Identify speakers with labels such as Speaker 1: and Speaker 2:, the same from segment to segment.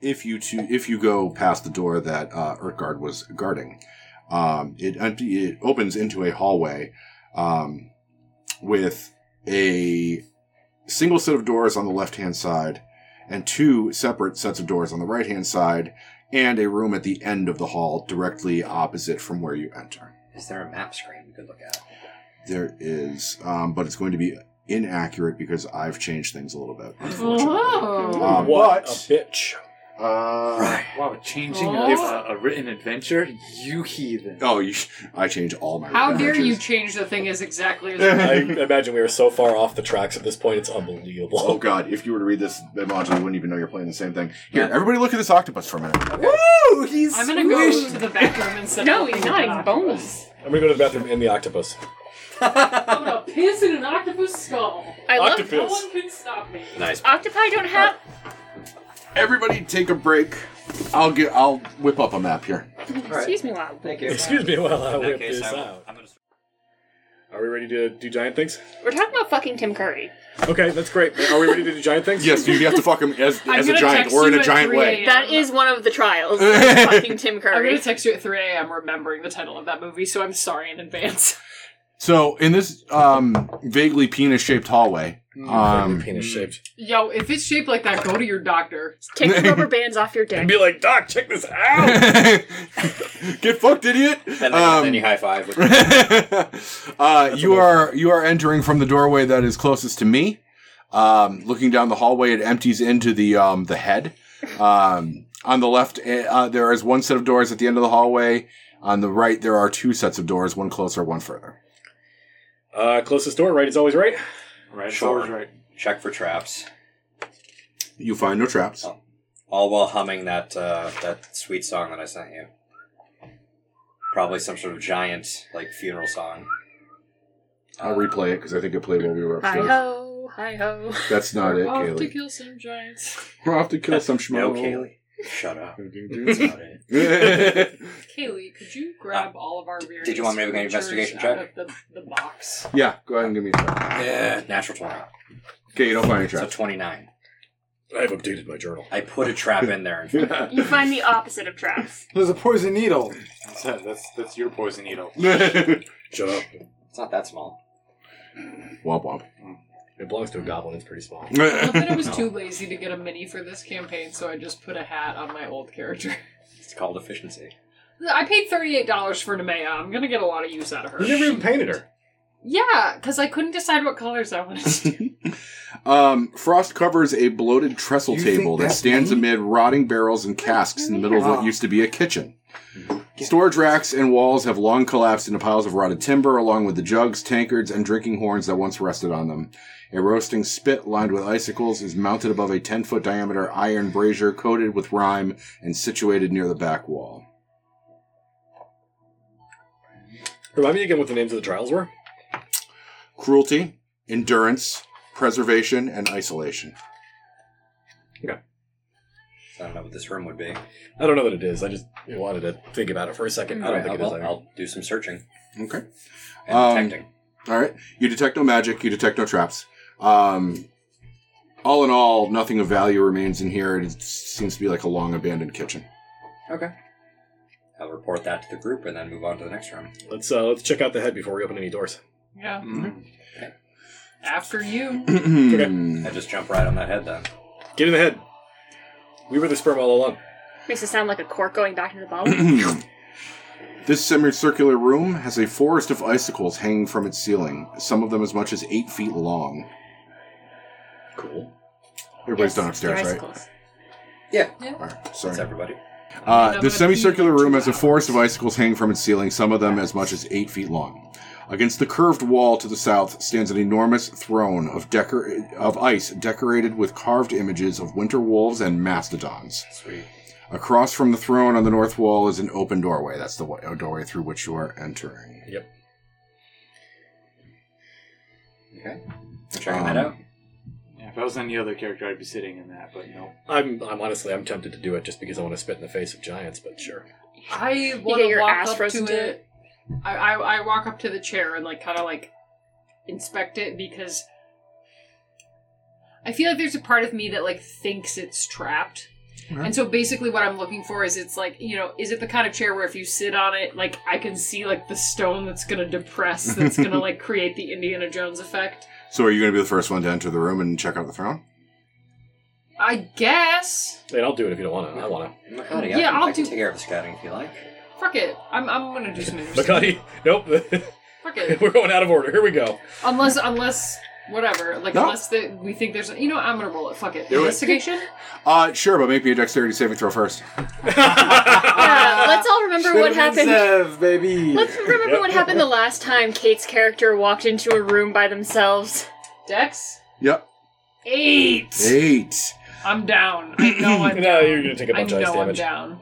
Speaker 1: if you to if you go past the door that uh, Urquhart was guarding. Um, it empty it opens into a hallway um, with a single set of doors on the left hand side and two separate sets of doors on the right hand side and a room at the end of the hall directly opposite from where you enter.
Speaker 2: Is there a map screen we could look at?
Speaker 1: There is, um, but it's going to be inaccurate because I've changed things a little bit.
Speaker 3: Whoa.
Speaker 1: Um,
Speaker 4: what
Speaker 1: but-
Speaker 4: a bitch.
Speaker 1: Uh,
Speaker 5: Wow, changing
Speaker 3: Oh.
Speaker 5: a, a, a written adventure? You heathen.
Speaker 1: Oh, you, I change all my.
Speaker 3: How dare you
Speaker 1: references.
Speaker 3: change the thing as exactly as
Speaker 4: I imagine we are so far off the tracks at this point, it's unbelievable.
Speaker 1: Oh God! If you were to read this module, you wouldn't even know you're playing the same thing. Here, everybody, look at this octopus for a minute.
Speaker 2: Woo! He's
Speaker 3: I'm gonna go to the bathroom and set
Speaker 6: No,
Speaker 3: up
Speaker 6: he's
Speaker 3: the
Speaker 6: not. He's
Speaker 3: octopus.
Speaker 6: bones.
Speaker 4: I'm gonna go to the bathroom in the octopus.
Speaker 3: I'm gonna piss in an octopus skull.
Speaker 6: I love
Speaker 4: Octopus.
Speaker 3: No one can stop me.
Speaker 2: nice.
Speaker 6: octopi. Don't have.
Speaker 1: Everybody, take a break. I'll get. I'll whip up a map here.
Speaker 6: Excuse me, loud.
Speaker 2: Thank you.
Speaker 4: Excuse me while I
Speaker 5: In
Speaker 4: whip
Speaker 5: that case,
Speaker 4: this
Speaker 5: I'm,
Speaker 4: out.
Speaker 5: I'm gonna.
Speaker 4: Are we ready to do giant things?
Speaker 6: We're talking about fucking Tim Curry.
Speaker 4: Okay, that's great. Are we ready to do giant things?
Speaker 1: Yes, you have to fuck him as,
Speaker 3: I'm
Speaker 1: as a
Speaker 3: gonna
Speaker 1: giant
Speaker 3: text
Speaker 1: or in
Speaker 3: you
Speaker 1: a
Speaker 3: at
Speaker 1: giant
Speaker 3: 3
Speaker 1: way.
Speaker 3: a.m.
Speaker 6: That is one of the trials. fucking Tim
Speaker 3: I'm
Speaker 6: Curry.
Speaker 3: gonna text you at 3 a.m. remembering the title of that movie, so I'm sorry in advance.
Speaker 1: So in this um, vaguely penis-shaped hallway, um,
Speaker 4: Penis shaped.
Speaker 3: Yo, if it's shaped like that, go to your doctor.
Speaker 6: Take the rubber bands off your
Speaker 4: And
Speaker 6: dick.
Speaker 4: be like, Doc, check this out!
Speaker 1: get fucked, idiot.
Speaker 2: Then,
Speaker 1: Um,
Speaker 2: then you high five. With
Speaker 1: uh, you are you are entering from the doorway that is closest to me. Um, looking down the hallway, it empties into the um, the head. Um, on the left, eh, uh, there is one set of doors at the end of the hallway. On the right, there are two sets of doors, one closer, one further.
Speaker 4: Uh, closest door, right is always right.
Speaker 5: Right,
Speaker 2: Sure.
Speaker 5: sure. right.
Speaker 2: Check for traps.
Speaker 1: You find no traps.
Speaker 2: Oh. All while humming that uh, that sweet song that I sent you. Probably some sort of giant like funeral song.
Speaker 1: I'll replay it because I think it played while we were
Speaker 6: Hi
Speaker 1: upstairs.
Speaker 6: ho, hi ho.
Speaker 1: That's not it,
Speaker 3: Oh, Off to
Speaker 1: Kaylee.
Speaker 3: kill some giants.
Speaker 1: We're off to kill some schmo.
Speaker 2: No, Kaylee. Shut up.
Speaker 3: Kaylee, could you grab all of our weird
Speaker 2: Uh, did you want me to make an investigation
Speaker 3: creatures
Speaker 2: check?
Speaker 3: Out of the, the box.
Speaker 1: yeah, go ahead and give me. a try.
Speaker 2: Yeah, natural twenty.
Speaker 1: Okay, you don't find any
Speaker 2: So
Speaker 1: traps.
Speaker 2: twenty nine.
Speaker 4: I've updated my journal.
Speaker 2: I put a trap in there. And found
Speaker 6: You find the opposite of traps.
Speaker 5: There's a poison needle. That's, that's, that's your poison needle.
Speaker 4: Shut up.
Speaker 2: it's not that small.
Speaker 1: womp
Speaker 4: It belongs to a goblin, it's pretty small.
Speaker 3: Not
Speaker 1: womp.
Speaker 3: that I was too lazy to get a mini for this campaign, so I just put a hat on my old character.
Speaker 2: It's called efficiency.
Speaker 3: I paid thirty-eight dollars for Nemea. I'm gonna get a lot of use out of
Speaker 4: You
Speaker 3: her.
Speaker 4: never even painted her.
Speaker 3: Yeah, because I couldn't decide what colors I wanted to do.
Speaker 1: Um, Frost covers a bloated trestle
Speaker 5: You
Speaker 1: table
Speaker 5: think
Speaker 1: that
Speaker 5: that's
Speaker 1: stands
Speaker 5: me?
Speaker 1: amid rotting barrels and casks in the middle of what
Speaker 5: Ah.
Speaker 1: used to be a kitchen. Storage racks and walls have long collapsed into piles of rotted timber, along with the jugs, tankards, and drinking horns that once rested on them. A roasting spit lined with icicles is mounted above a 10 foot diameter iron brazier coated with rime and situated near the back wall.
Speaker 4: Remind me again what the names of the trials were.
Speaker 1: Cruelty, endurance, preservation, and isolation.
Speaker 2: So I don't know what this room would be.
Speaker 4: I don't know that it is. I just wanted to think about it for a second. I don't
Speaker 2: Alright,
Speaker 4: think it is.
Speaker 2: well,
Speaker 4: either.
Speaker 2: I'll do some searching
Speaker 1: Okay.
Speaker 2: and
Speaker 1: Um,
Speaker 2: detecting.
Speaker 1: All right. You detect no magic. You detect no traps. Um, all in all, nothing of value remains in here. It seems to be like a long abandoned kitchen.
Speaker 2: Okay. I'll report that to the group and then move on to the next room.
Speaker 4: Let's uh, let's check out the head before we open any doors.
Speaker 3: Yeah.
Speaker 5: Mm.
Speaker 3: After you.
Speaker 2: I just jump right on that head then.
Speaker 4: Get in the head. We were the sperm all along.
Speaker 6: Makes it sound like a cork going back into the bottle.
Speaker 1: this semicircular room has a forest of icicles hanging from its ceiling, some of them as much as eight feet long.
Speaker 4: Cool.
Speaker 1: Everybody's
Speaker 6: Yes,
Speaker 1: done upstairs,
Speaker 6: they're
Speaker 1: right?
Speaker 6: icicles.
Speaker 1: All right.
Speaker 2: That's
Speaker 1: Sorry.
Speaker 2: everybody.
Speaker 1: Uh,
Speaker 3: I'm gonna
Speaker 1: the semicircular
Speaker 3: pee in
Speaker 1: room
Speaker 3: two
Speaker 1: has a forest of
Speaker 3: hours.
Speaker 1: icicles hanging from its ceiling, some of them as much as eight feet long. Against the curved wall to the south stands an enormous throne of, decor- of ice decorated with carved images of winter wolves and mastodons.
Speaker 2: Sweet.
Speaker 1: Across from the throne on the north wall is an open doorway. That's the wa- doorway through which you are entering.
Speaker 4: Yep.
Speaker 2: Okay. We're checking
Speaker 1: Um,
Speaker 2: that out.
Speaker 5: Yeah, if I was any other character, I'd be sitting in that, but no.
Speaker 4: I'm I'm honestly I'm tempted to do it just because I want to spit in the face of giants, but sure.
Speaker 3: I
Speaker 6: get
Speaker 3: want to
Speaker 6: your
Speaker 3: walk
Speaker 6: ass
Speaker 3: up
Speaker 6: frozen
Speaker 3: to
Speaker 6: to
Speaker 3: it. I, I I walk up to the chair and like kind of like inspect it because I feel like there's a part of me that like thinks it's trapped,
Speaker 1: Okay.
Speaker 3: And so basically what I'm looking for is it's like, you know, is it the kind of chair where if you sit on it, like I can see like the stone that's gonna depress, that's gonna like create the Indiana Jones effect?
Speaker 1: So are you going to be the first one to enter the room and check out the throne?
Speaker 3: I guess.
Speaker 4: And I'll do it if you don't want to. I want
Speaker 2: Makati,
Speaker 3: Yeah,
Speaker 2: I can,
Speaker 3: I'll
Speaker 2: I can
Speaker 3: do-
Speaker 2: take care of the scouting if you like.
Speaker 3: Fuck it. I'm I'm gonna do some
Speaker 4: to.
Speaker 3: interesting.
Speaker 4: Makati, nope.
Speaker 3: Fuck it.
Speaker 4: We're going out of order. Here we go.
Speaker 3: Unless unless whatever. Like
Speaker 1: No.
Speaker 3: unless the, we think there's you know, what, I'm gonna roll it. Fuck it.
Speaker 5: Do it.
Speaker 3: Investigation?
Speaker 1: Uh, sure, but make me a dexterity saving throw first.
Speaker 6: yeah, let's all remember what happened.
Speaker 5: baby.
Speaker 6: Let's remember what happened the last time Kate's character walked into a room by themselves.
Speaker 3: Dex?
Speaker 1: Yep.
Speaker 3: 8
Speaker 1: Eight.
Speaker 3: I'm down. I know I'm
Speaker 4: No,
Speaker 3: down.
Speaker 4: you're gonna take a
Speaker 3: I
Speaker 4: bunch of ice
Speaker 3: know I'm
Speaker 4: damage.
Speaker 3: down.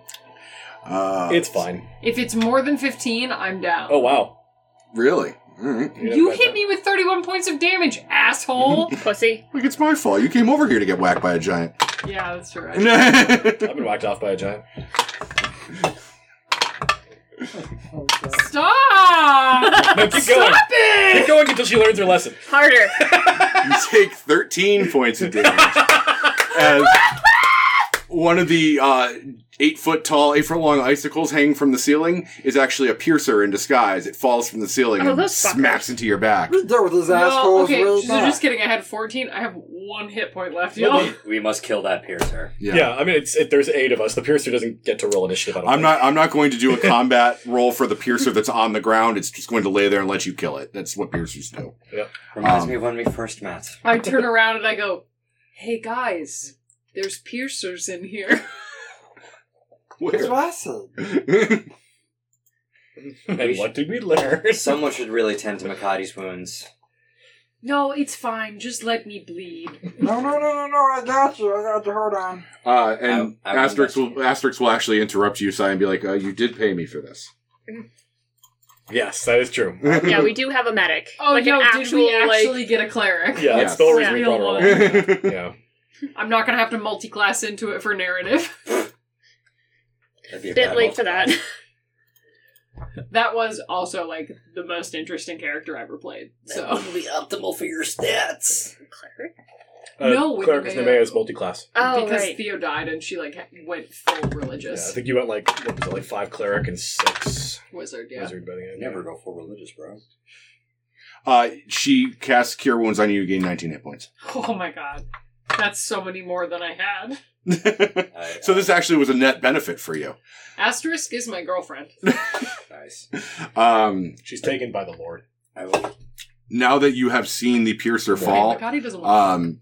Speaker 1: Uh,
Speaker 4: It's fine.
Speaker 3: If it's more than 15, I'm down.
Speaker 4: Oh wow.
Speaker 1: really. All right.
Speaker 4: know
Speaker 3: You
Speaker 4: about
Speaker 3: hit
Speaker 4: that.
Speaker 3: me with 31 points of damage, asshole!
Speaker 6: Pussy.
Speaker 1: Like it's my fault. You came over here to get whacked by a giant.
Speaker 3: yeah, that's true.
Speaker 4: I've been whacked off by a giant.
Speaker 3: Stop!
Speaker 4: No, keep going. Keep going until she learns her lesson.
Speaker 6: Harder.
Speaker 1: you take 13 points of damage as one of the uh, eight foot tall, eight foot long icicles hanging from the ceiling is actually a piercer in disguise. It falls from the ceiling
Speaker 6: Oh,
Speaker 1: and
Speaker 6: those fuckers.
Speaker 1: smacks into your back.
Speaker 7: There were those
Speaker 3: no,
Speaker 7: assholes.
Speaker 3: okay,
Speaker 7: really
Speaker 3: so
Speaker 7: bad.
Speaker 3: just kidding, I had 14. I have one hit point left,
Speaker 2: Well,
Speaker 3: y'all.
Speaker 2: we- we must kill that piercer.
Speaker 1: Yeah.
Speaker 4: Yeah, I mean, it's it, there's eight of us. The piercer doesn't get to roll initiative. I don't
Speaker 1: I'm
Speaker 4: think.
Speaker 1: not. I'm not going to do a combat roll for the piercer that's on the ground. It's just going to lay there and let you kill it. That's what piercers do.
Speaker 2: Reminds
Speaker 1: Um,
Speaker 2: me of when we first met.
Speaker 3: I turn around and I go, hey guys, there's piercers in here.
Speaker 7: That's what I said.
Speaker 4: And what did we learn?
Speaker 2: Someone should really tend to Makati's wounds.
Speaker 3: No, it's fine, just let me bleed.
Speaker 7: No, no, no, no, no. I got you. I got you. Hold on.
Speaker 1: Uh, and
Speaker 2: I- I will
Speaker 1: Asterix will Asterix will actually interrupt you, Si, and be like, uh, "You did pay me for this."
Speaker 4: yes, that is true.
Speaker 6: Yeah, we do have a medic.
Speaker 3: Oh,
Speaker 6: Like an
Speaker 3: yo, did we
Speaker 6: actual, like-
Speaker 3: actually get a cleric?
Speaker 4: Yeah,
Speaker 1: Yes.
Speaker 4: that's the whole reason we
Speaker 3: Real
Speaker 4: brought her along.
Speaker 1: one.
Speaker 4: Yeah.
Speaker 3: I'm not gonna have to multi-class into it for narrative.
Speaker 2: That'd be a
Speaker 6: bit
Speaker 2: bad
Speaker 6: late for that.
Speaker 2: multiplier.
Speaker 3: That was also, like, the most interesting character I ever played, so.
Speaker 2: wouldn't be optimal for your stats.
Speaker 6: Cleric?
Speaker 3: No, we-
Speaker 4: Uh, Cleric Nemea is multi-class.
Speaker 6: Oh,
Speaker 3: because
Speaker 6: right.
Speaker 3: Theo died and she like ha- went full
Speaker 4: Yeah, I
Speaker 3: religious
Speaker 4: think you went like what was it, like five cleric and six
Speaker 3: wizard. Yeah.
Speaker 4: wizard by the end.
Speaker 2: Never go full religious, bro.
Speaker 1: uh, she casts Cure Wounds on you. You gain 19 hit points.
Speaker 3: Oh my god, that's so many more than I had.
Speaker 2: I-
Speaker 1: so this actually was a net benefit for you.
Speaker 3: Asterisk is my girlfriend.
Speaker 2: Nice.
Speaker 1: Um,
Speaker 4: She's taken by the Lord.
Speaker 2: I will.
Speaker 1: now that you have seen the piercer fall,
Speaker 3: Oh God, he doesn't. Want
Speaker 1: um,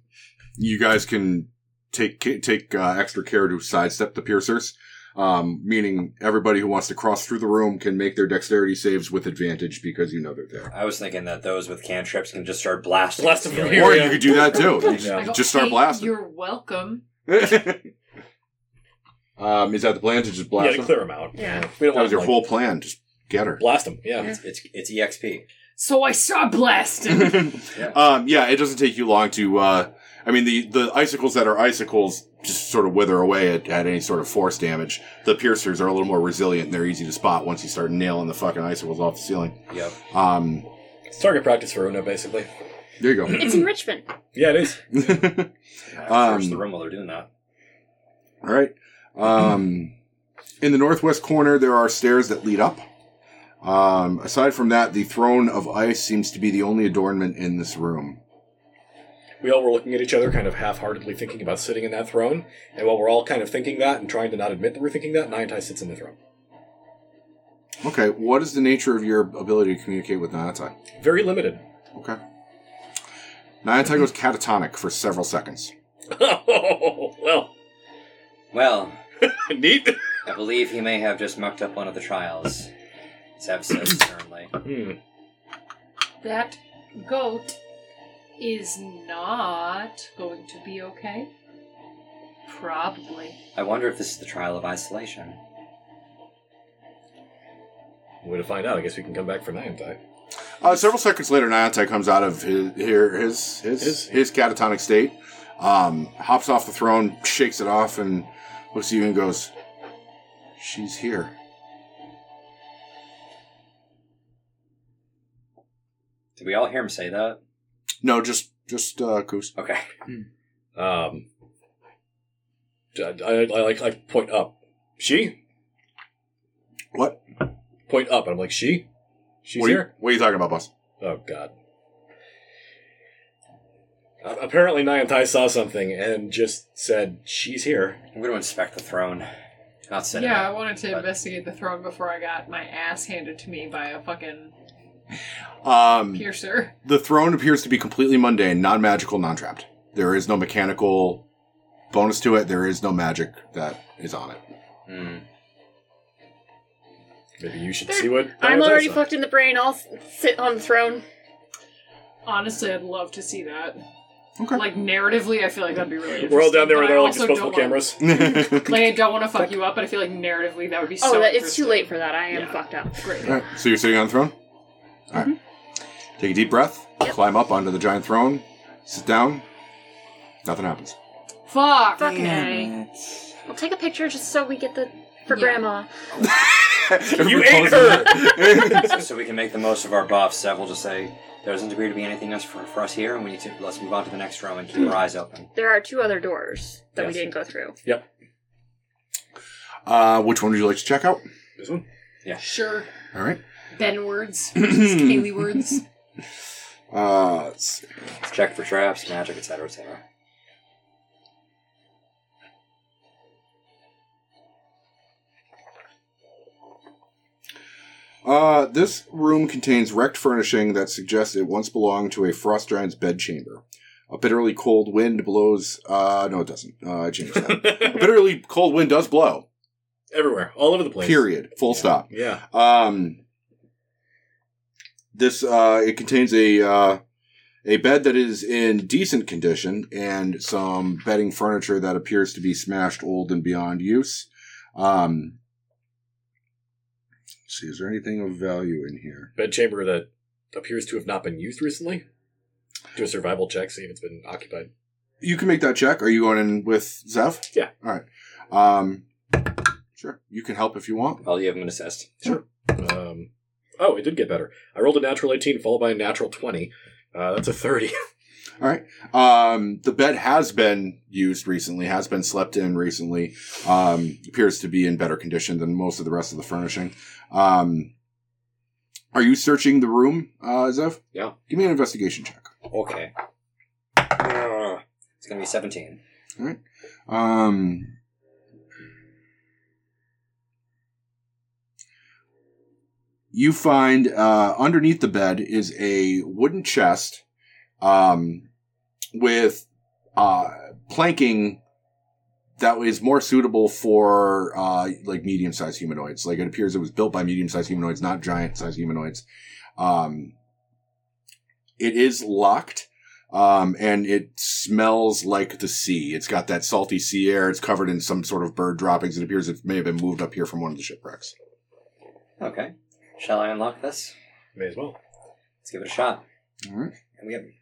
Speaker 1: you guys can take take uh, extra care to sidestep the piercers. Um, meaning everybody who wants to cross through the room can make their dexterity saves with advantage because you know they're there.
Speaker 2: I was thinking that those with cantrips can just start blasting.
Speaker 4: Blast them
Speaker 2: the
Speaker 4: from
Speaker 2: ceiling.
Speaker 1: Or
Speaker 4: Here, yeah.
Speaker 1: you could do that too. You just,
Speaker 4: Yeah.
Speaker 3: I go,
Speaker 1: Um, just start
Speaker 3: "Hey,
Speaker 1: blasting.
Speaker 3: You're welcome.
Speaker 1: um, is that the plan to just
Speaker 4: yeah,
Speaker 1: blast
Speaker 4: to
Speaker 1: them?
Speaker 4: clear them out.
Speaker 6: Yeah.
Speaker 4: we
Speaker 1: That
Speaker 4: don't want
Speaker 1: was your
Speaker 4: like,
Speaker 1: whole plan. Just get her.
Speaker 4: blast them. Yeah,
Speaker 2: It's, it's it's E exp.
Speaker 3: So I saw blasting.
Speaker 2: Yeah.
Speaker 1: um, yeah, it doesn't take you long to. Uh, I mean, the, the icicles that are icicles just sort of wither away at, at any sort of force damage. The piercers are a little more resilient and they're easy to spot once you start nailing the fucking icicles off the ceiling.
Speaker 2: Yep.
Speaker 1: Um,
Speaker 4: it's target practice for Una basically.
Speaker 1: there you go.
Speaker 6: It's enrichment.
Speaker 4: Yeah, it is.
Speaker 2: Yeah,
Speaker 1: Um,
Speaker 2: search the room while they're doing that.
Speaker 1: All right. Um, in the northwest corner, there are stairs that lead up. Um, aside from that, the throne of ice seems to be the only adornment in this room.
Speaker 4: We all were looking at each other, kind of half-heartedly thinking about sitting in that throne. And while we're all kind of thinking that and trying to not admit that we're thinking that, Niantai sits in the throne.
Speaker 1: Okay, what is the nature of your ability to communicate with Nanatai?
Speaker 4: Very limited.
Speaker 1: Okay. Nanatai goes catatonic for several seconds.
Speaker 4: Oh, well,
Speaker 2: Well,
Speaker 4: neat.
Speaker 2: I believe he may have just mucked up one of the trials. Zev says sternly.
Speaker 4: Hmm.
Speaker 3: that goat is not going to be okay. Probably.
Speaker 2: I wonder if this is the trial of isolation.
Speaker 4: Way to find out. I guess we can come back for Niantai.
Speaker 1: Uh, several seconds later, Nanatai comes out of his here his his his,
Speaker 4: His-
Speaker 1: catatonic state, um, hops off the throne, shakes it off, and looks at you and goes, "She's here."
Speaker 2: Did we all hear him say that?
Speaker 1: No, just just uh, Goose.
Speaker 2: Okay.
Speaker 4: Um, I, I, I like I point up. She?
Speaker 1: What?
Speaker 4: Point up, and I'm like, she? She's
Speaker 1: what, are you,
Speaker 4: here?
Speaker 1: what are you talking about, boss?
Speaker 4: Oh God. Uh, apparently, Niantai saw something and just said, "She's here."
Speaker 2: I'm going to inspect the throne. Not sitting.
Speaker 3: yeah, I wanted to
Speaker 2: but-
Speaker 3: investigate the throne before I got my ass handed to me by a fucking
Speaker 1: Um,
Speaker 3: piercer.
Speaker 1: the throne appears to be completely mundane, non magical, non trapped. There is no mechanical bonus to it. There is no magic that is on it.
Speaker 2: Mm.
Speaker 4: Maybe you should
Speaker 6: There-
Speaker 4: see what.
Speaker 6: I'm
Speaker 4: Niantai
Speaker 6: already
Speaker 4: saw.
Speaker 6: fucked in the brain. I'll s- sit on the throne.
Speaker 3: Honestly, I'd love to see that.
Speaker 1: Okay.
Speaker 3: Like narratively, I feel like that'd be really. Interesting,
Speaker 4: We're all down there
Speaker 3: but
Speaker 4: with
Speaker 3: I
Speaker 4: our like
Speaker 3: also
Speaker 4: disposable
Speaker 3: don't wanna-
Speaker 4: cameras.
Speaker 3: Like I don't want to fuck you up, but I feel like narratively that would be.
Speaker 6: Oh,
Speaker 3: so
Speaker 6: that, it's too
Speaker 3: interesting.
Speaker 6: late for that. I am
Speaker 3: Yeah.
Speaker 6: fucked up.
Speaker 1: All
Speaker 3: Great.
Speaker 1: right, so you're sitting on the throne? All right. Take a deep breath, climb up onto the giant throne, sit down. Nothing happens.
Speaker 3: Fuck.
Speaker 6: Fuck me. I'll take a picture just so we get the for
Speaker 3: Yeah.
Speaker 6: grandma.
Speaker 1: you
Speaker 4: ate
Speaker 1: her!
Speaker 2: so, so we can make the most of our buffs. That will just say there doesn't appear to be anything else for, for us here, and we need to let's move on to the next room and keep our eyes open.
Speaker 6: There are two other doors that we
Speaker 4: Yes.
Speaker 6: didn't go through.
Speaker 1: uh, which one would you like to check out?
Speaker 4: This one.
Speaker 3: Sure.
Speaker 1: All right.
Speaker 3: Ben words. Just Kaylee words.
Speaker 1: Uh, let's see.
Speaker 2: Let's check for traps, magic, etc., etc.
Speaker 1: Uh, this room contains wrecked furnishing that suggests it once belonged to a frost giant's bedchamber. A bitterly cold wind blows. Uh, no, it doesn't. Uh, I changed that. a bitterly cold wind does blow.
Speaker 4: Everywhere, all over the place.
Speaker 1: Period. Full
Speaker 4: Yeah.
Speaker 1: stop.
Speaker 4: Yeah.
Speaker 1: Um, this uh, it contains a uh, a bed that is in decent condition and some bedding furniture that appears to be smashed, old, and beyond use. Um, let's see, is there anything of value in here?
Speaker 4: Bedchamber that appears to have not been used recently. Do a survival check, see if it's been occupied.
Speaker 1: You can make that check. Are you going in with Zev?
Speaker 4: Yeah.
Speaker 1: All right. Um, sure. You can help if you want.
Speaker 2: I'll give him an assist.
Speaker 4: Um, oh, it did get better. I rolled a natural 18, followed by a natural 20. Uh, that's a 30.
Speaker 1: All right. Um, the bed has been used recently, has been slept in recently. Um, appears to be in better condition than most of the rest of the furnishing. Um, are you searching the room, uh, Zev?
Speaker 2: Yeah.
Speaker 1: Give me an investigation check.
Speaker 2: Okay. Uh, It's gonna be seventeen.
Speaker 1: Um, you find uh, underneath the bed is a wooden chest um, with uh, planking that is more suitable for uh, like medium sized humanoids. Like it appears it was built by medium sized humanoids, not giant sized humanoids. Um, it is locked um, and it smells like the sea. It's got that salty sea air. It's covered in some sort of bird droppings. It appears it may have been moved up here from one of the shipwrecks.
Speaker 2: Okay. Shall I unlock this?
Speaker 4: May as well.
Speaker 2: Let's give it a shot.
Speaker 1: All right.
Speaker 2: And we haven't.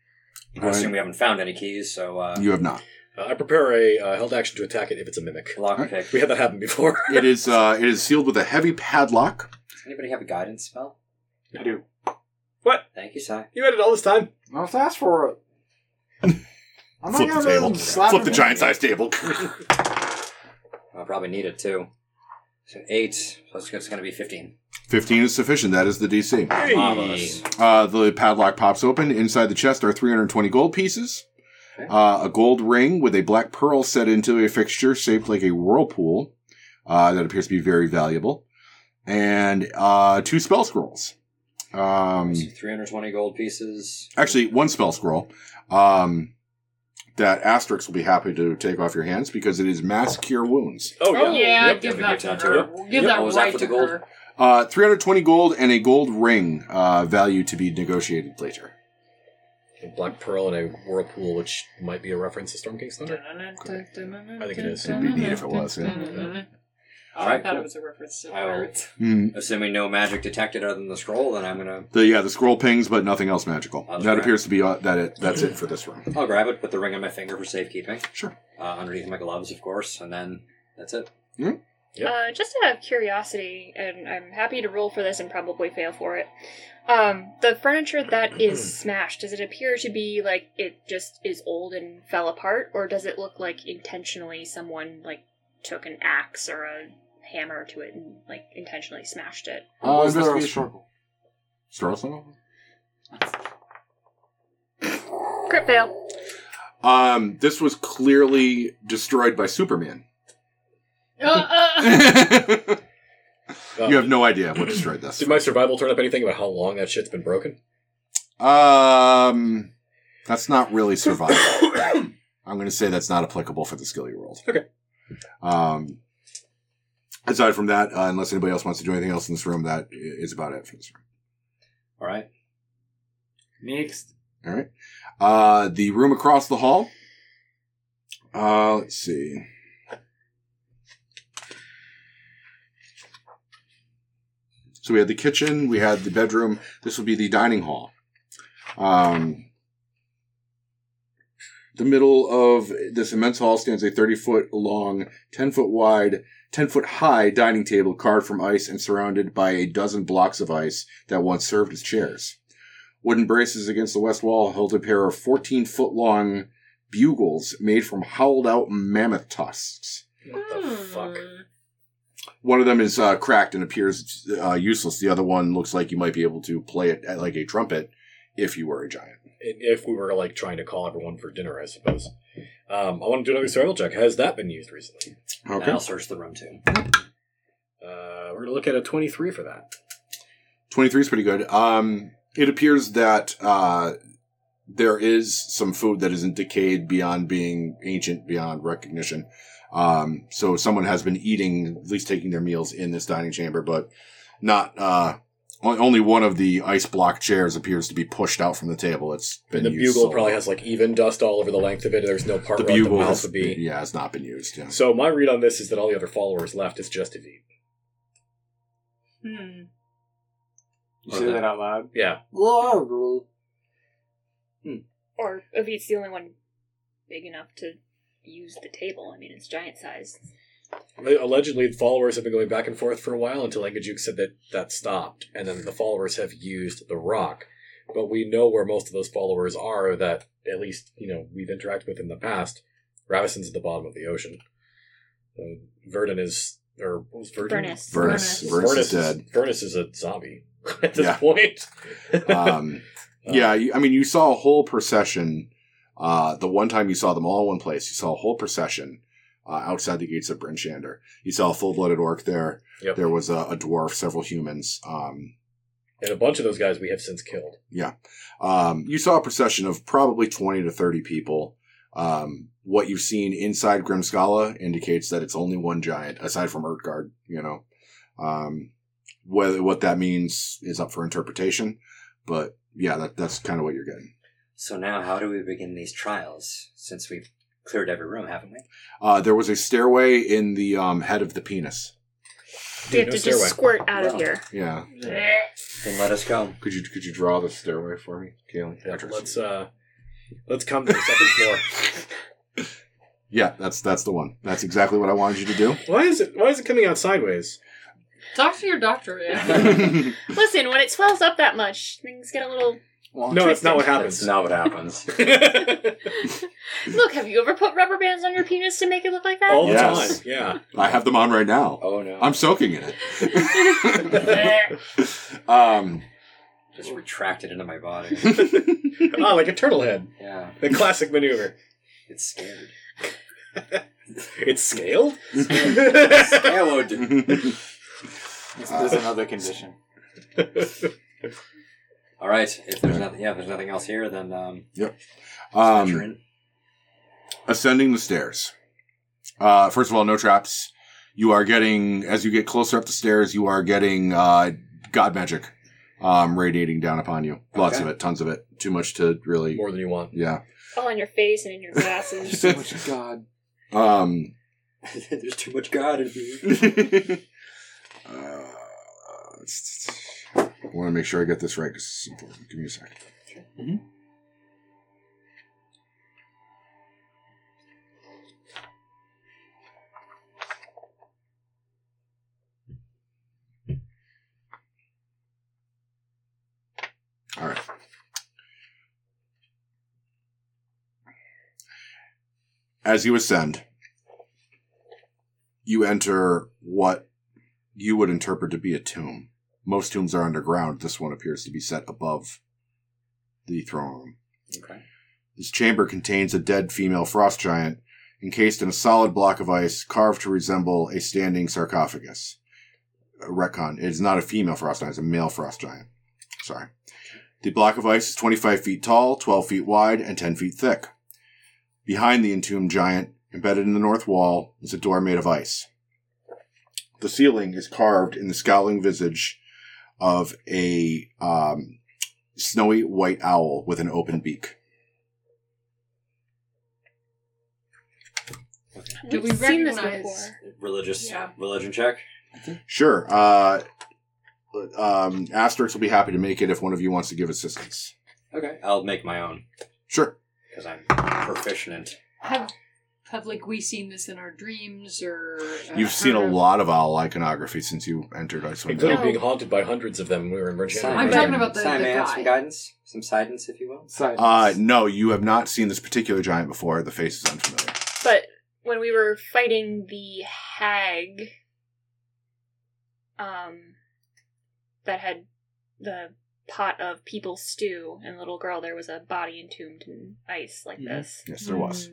Speaker 2: I
Speaker 1: All right.
Speaker 2: assume we haven't found any keys, so uh,
Speaker 1: You have not.
Speaker 4: Uh, I prepare a uh, held action to attack it if it's a mimic.
Speaker 2: lock pick.
Speaker 4: We had that happen before.
Speaker 1: It is. Uh, it is sealed with a heavy padlock.
Speaker 2: Does anybody have a guidance spell?
Speaker 5: I do.
Speaker 2: Thank you, Sai.
Speaker 4: you had it all this time.
Speaker 7: Let's ask for it. I'm not
Speaker 1: Flip the
Speaker 7: gonna
Speaker 1: table.
Speaker 7: slap
Speaker 1: Flip the
Speaker 7: him.
Speaker 1: giant sized table.
Speaker 2: I'll probably need it too. So eight. So it's- it's gonna be fifteen.
Speaker 1: Fifteen is sufficient. That is the DC.
Speaker 4: Hey.
Speaker 2: Marvelous.
Speaker 1: Uh, the padlock pops open. Inside the chest are 320 gold pieces,
Speaker 2: Okay.
Speaker 1: uh, a gold ring with a black pearl set into a fixture shaped like a whirlpool uh, that appears to be very valuable, and uh, two spell scrolls. Um,
Speaker 2: Three hundred twenty gold pieces.
Speaker 1: actually, one spell scroll um, that Asterix will be happy to take off your hands because it is mass cure wounds.
Speaker 4: Oh, yeah.
Speaker 3: Oh, yeah,
Speaker 4: Yep.
Speaker 3: give
Speaker 2: we
Speaker 3: that
Speaker 2: give
Speaker 3: to
Speaker 2: that
Speaker 3: her.
Speaker 2: to
Speaker 3: Give
Speaker 4: Yep.
Speaker 3: that
Speaker 2: Oh, was that
Speaker 3: right
Speaker 2: for
Speaker 3: to
Speaker 2: the gold?
Speaker 3: her.
Speaker 1: Uh, 320 gold and a gold ring uh, value to be negotiated later.
Speaker 4: Black Pearl and a Whirlpool, which might be a reference to Storm King's Thunder.
Speaker 3: I
Speaker 4: think it is.
Speaker 1: It'd be neat if it was, yeah.
Speaker 3: Oh, I
Speaker 2: Alright,
Speaker 3: thought it
Speaker 2: cool.
Speaker 3: was a reference to
Speaker 2: I will.
Speaker 3: pirates.
Speaker 1: Hmm.
Speaker 2: Assuming no magic detected other than the scroll, then I'm gonna.
Speaker 1: The yeah, the scroll pings, but nothing else magical.
Speaker 2: That's
Speaker 1: that
Speaker 2: right.
Speaker 1: appears to be uh, that. It, that's it for this room.
Speaker 2: I'll grab it. Put the ring on my finger for safekeeping.
Speaker 1: Sure.
Speaker 2: Uh, underneath my gloves, of course, and then that's it.
Speaker 4: Yep.
Speaker 6: Uh, just out of curiosity, and I'm happy to roll for this and probably fail for it. Um, the furniture that is smashed, does it appear to be like it just is old and fell apart, or does it look like intentionally someone like took an axe or a hammer to it and like intentionally smashed it?
Speaker 1: Uh,
Speaker 7: was Oh, there a
Speaker 1: investigation.
Speaker 7: struggle?
Speaker 1: Star Song?
Speaker 6: Crit fail.
Speaker 1: Um, this was clearly destroyed by Superman.
Speaker 3: Uh,
Speaker 1: you
Speaker 4: Uh,
Speaker 1: have no idea what destroyed this.
Speaker 4: Did my survival turn up anything about how long that shit's been broken?
Speaker 1: Um, that's not really survival. I'm going to say that's not applicable for the skill you rolled.
Speaker 4: Okay.
Speaker 1: Um, aside from that, uh, unless anybody else wants to do anything else in this room, that i- is about it for this room.
Speaker 2: All right.
Speaker 5: Next.
Speaker 1: All right. Uh, the room across the hall. Uh, let's see. So we had the kitchen, we had the bedroom. This would be the dining hall. Um, the middle of this immense hall stands a 30 foot long, 10 foot wide, 10 foot high dining table carved from ice and surrounded by a dozen blocks of ice that once served as chairs. Wooden braces against the west wall held a pair of 14 foot long bugles made from howled out mammoth tusks.
Speaker 4: What the
Speaker 6: Hmm.
Speaker 4: fuck?
Speaker 1: One of them is uh, cracked and appears uh, useless. The other one looks like you might be able to play it at, like a trumpet if you were a giant.
Speaker 4: I- If we were like trying to call everyone for dinner, I suppose. Um, I want to do another survival check. Has that been used recently?
Speaker 2: And I'll search the room too.
Speaker 4: Uh, we're gonna look at a twenty-three for that.
Speaker 1: 23 is pretty good. Um, it appears that uh, there is some food that isn't decayed beyond being ancient, beyond recognition. Um, so someone has been eating, at least taking their meals in this dining chamber, but not. Uh, on- only one of the ice block chairs appears to be pushed out from the table. It's been
Speaker 4: And the
Speaker 1: used
Speaker 4: bugle
Speaker 1: so-
Speaker 4: probably has like even dust all over the length of it. There's no part
Speaker 1: the
Speaker 4: where like, the
Speaker 1: bugle
Speaker 4: mouth
Speaker 1: has,
Speaker 4: would be.
Speaker 1: yeah, it's not been used. Yeah.
Speaker 4: So my read on this is that all the other followers left is just Aviv.
Speaker 3: hmm.
Speaker 5: You
Speaker 2: Or
Speaker 5: say
Speaker 2: the-
Speaker 5: that out loud.
Speaker 4: Yeah.
Speaker 7: Laurel.
Speaker 6: Or if it's the only one big enough to use the table. I mean, it's giant size.
Speaker 4: Allegedly, the followers have been going back and forth for a while until Engajuk said that that stopped, and then the followers have used the rock. But we know where most of those followers are. That at least you know we've interacted with in the past. Ravison's at the bottom of the ocean. So Verdun is or what was Verdun?
Speaker 6: Furnace.
Speaker 1: Vernus.
Speaker 6: Furnace.
Speaker 1: Vernus is
Speaker 4: Vernus
Speaker 1: dead.
Speaker 4: Vernus is a zombie at this
Speaker 1: Yeah.
Speaker 4: point.
Speaker 1: um, yeah, you- I mean, you saw a whole procession. Uh, the one time you saw them all in one place, you saw a whole procession uh, outside the gates of Bryn Shander. You saw a full-blooded orc there.
Speaker 4: Yep.
Speaker 1: There was a, a dwarf, several humans. Um,
Speaker 4: and a bunch of those guys we have since killed.
Speaker 1: um, you saw a procession of probably twenty to thirty people. Um, what you've seen inside Grimskala indicates that it's only one giant, aside from Urtgard. You know, um, whether what that means is up for interpretation, but yeah, that, that's kind of what you're getting.
Speaker 2: So now, how do we begin these trials? Since we've cleared every room, haven't we?
Speaker 1: Uh, there was a stairway in the um, head of the penis.
Speaker 6: We
Speaker 4: Dude,
Speaker 6: have to
Speaker 4: no
Speaker 6: just
Speaker 4: stairway.
Speaker 6: squirt out of
Speaker 2: Wow.
Speaker 6: here.
Speaker 1: Yeah.
Speaker 2: Then let us go.
Speaker 1: Could you could you draw the stairway for me, Kaylee?
Speaker 4: Yeah, let's uh, let's come to the second floor.
Speaker 1: Yeah, that's that's the one. That's exactly what I wanted you to
Speaker 4: Why is it? Why is it coming out sideways?
Speaker 3: Talk to your doctor, yeah.
Speaker 1: do.
Speaker 6: Listen, when it swells up that much, things get a little.
Speaker 4: No, that's not what
Speaker 2: That's
Speaker 4: happens.
Speaker 2: not what happens.
Speaker 6: Look, have you ever put rubber bands on your penis to make it look like that?
Speaker 4: All the
Speaker 1: Yes.
Speaker 4: time. Yeah.
Speaker 1: I have them on right now.
Speaker 2: oh no!
Speaker 1: I'm soaking in
Speaker 4: Oh.
Speaker 1: it. um,
Speaker 2: just retracted into my body.
Speaker 4: Ah, like a turtle head.
Speaker 2: Yeah,
Speaker 4: The classic maneuver.
Speaker 2: it's scared.
Speaker 4: It's scaled.
Speaker 2: Scared.
Speaker 5: It's, there's another condition.
Speaker 2: All right. If there's nothing, yeah, if there's nothing else here, then um, let's venture
Speaker 1: um,
Speaker 2: in.
Speaker 1: ascending the stairs. Uh, first of all, no traps. You are getting as you get closer up the stairs, you are getting uh, god magic um, radiating down upon you. Lots
Speaker 2: Okay.
Speaker 1: of it, tons of it. Too much to really.
Speaker 4: More than you want.
Speaker 1: Yeah.
Speaker 6: All on your face and in your glasses.
Speaker 7: So much God.
Speaker 1: Um,
Speaker 2: there's too much God in here.
Speaker 1: uh, I want to make sure I get this right because it's important. Give me a second. As you ascend, you enter what you would interpret to be a tomb. Most tombs are underground. This one appears to be set above the throne room.
Speaker 2: Okay.
Speaker 1: This chamber contains a dead female frost giant encased in a solid block of ice carved to resemble a standing sarcophagus. A retcon. It is not a female frost giant, it's a male frost giant. Sorry. The block of ice is 25 feet tall, 12 feet wide, and 10 feet thick. Behind the entombed giant, embedded in the north wall, is a door made of ice. The ceiling is carved in the scowling visage of a um, snowy white owl with an open beak.
Speaker 3: Do we
Speaker 6: We've seen this
Speaker 3: recognize-
Speaker 6: before.
Speaker 2: Religious
Speaker 3: Yeah.
Speaker 2: religion check.
Speaker 1: Sure. Uh, um, Asterix will be happy to make it if one of you wants to give assistance.
Speaker 2: Okay. I'll make my own
Speaker 1: Sure.
Speaker 2: because I'm proficient.
Speaker 3: Have have like we seen this in our dreams or uh,
Speaker 1: You've seen a
Speaker 3: heard of-
Speaker 1: lot of owl iconography since you entered Icewind
Speaker 4: Including
Speaker 1: Dale.
Speaker 6: No.
Speaker 4: being haunted by hundreds of them when we were in Virginia.
Speaker 3: I'm talking about the-
Speaker 2: Simon,
Speaker 3: the
Speaker 2: man,
Speaker 3: guy.
Speaker 2: some guidance, some guidance, if you will.
Speaker 5: Side.
Speaker 1: Uh, no, you have not seen this particular giant before. The face is unfamiliar.
Speaker 6: But when we were fighting the hag, um, that had the pot of people stew and little girl, there was a body entombed in ice like
Speaker 1: Mm-hmm.
Speaker 5: Mhm.
Speaker 6: this.
Speaker 1: Yes,
Speaker 3: Hmm.
Speaker 1: there was.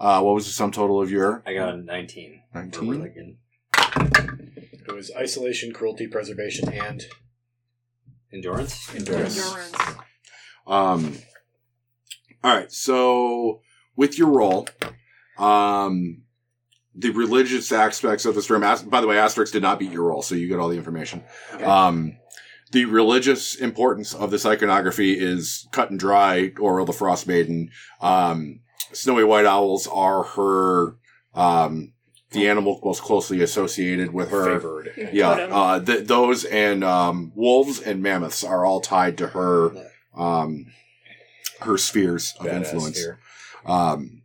Speaker 1: Uh, what was the sum total of your
Speaker 2: I got a 19. for
Speaker 1: 19?
Speaker 2: religion.
Speaker 4: It was isolation, cruelty, preservation, and
Speaker 2: Endurance?
Speaker 4: endurance.
Speaker 3: endurance?
Speaker 1: Um, all right. So with your role, um, the religious aspects of this room. As, by the way, Asterix did not beat your role, so you get all the information. Um, the religious importance of this iconography is cut and dry. Oral the Frost Maiden, um, snowy white owls are her. Um, the animal most closely associated with her.
Speaker 4: Favored.
Speaker 1: Yeah,
Speaker 6: Totem.
Speaker 1: uh, th- those and um, wolves and mammoths are all tied to her,
Speaker 2: Yeah.
Speaker 1: um, her spheres of
Speaker 4: Badass
Speaker 1: influence.
Speaker 4: here.
Speaker 1: Um,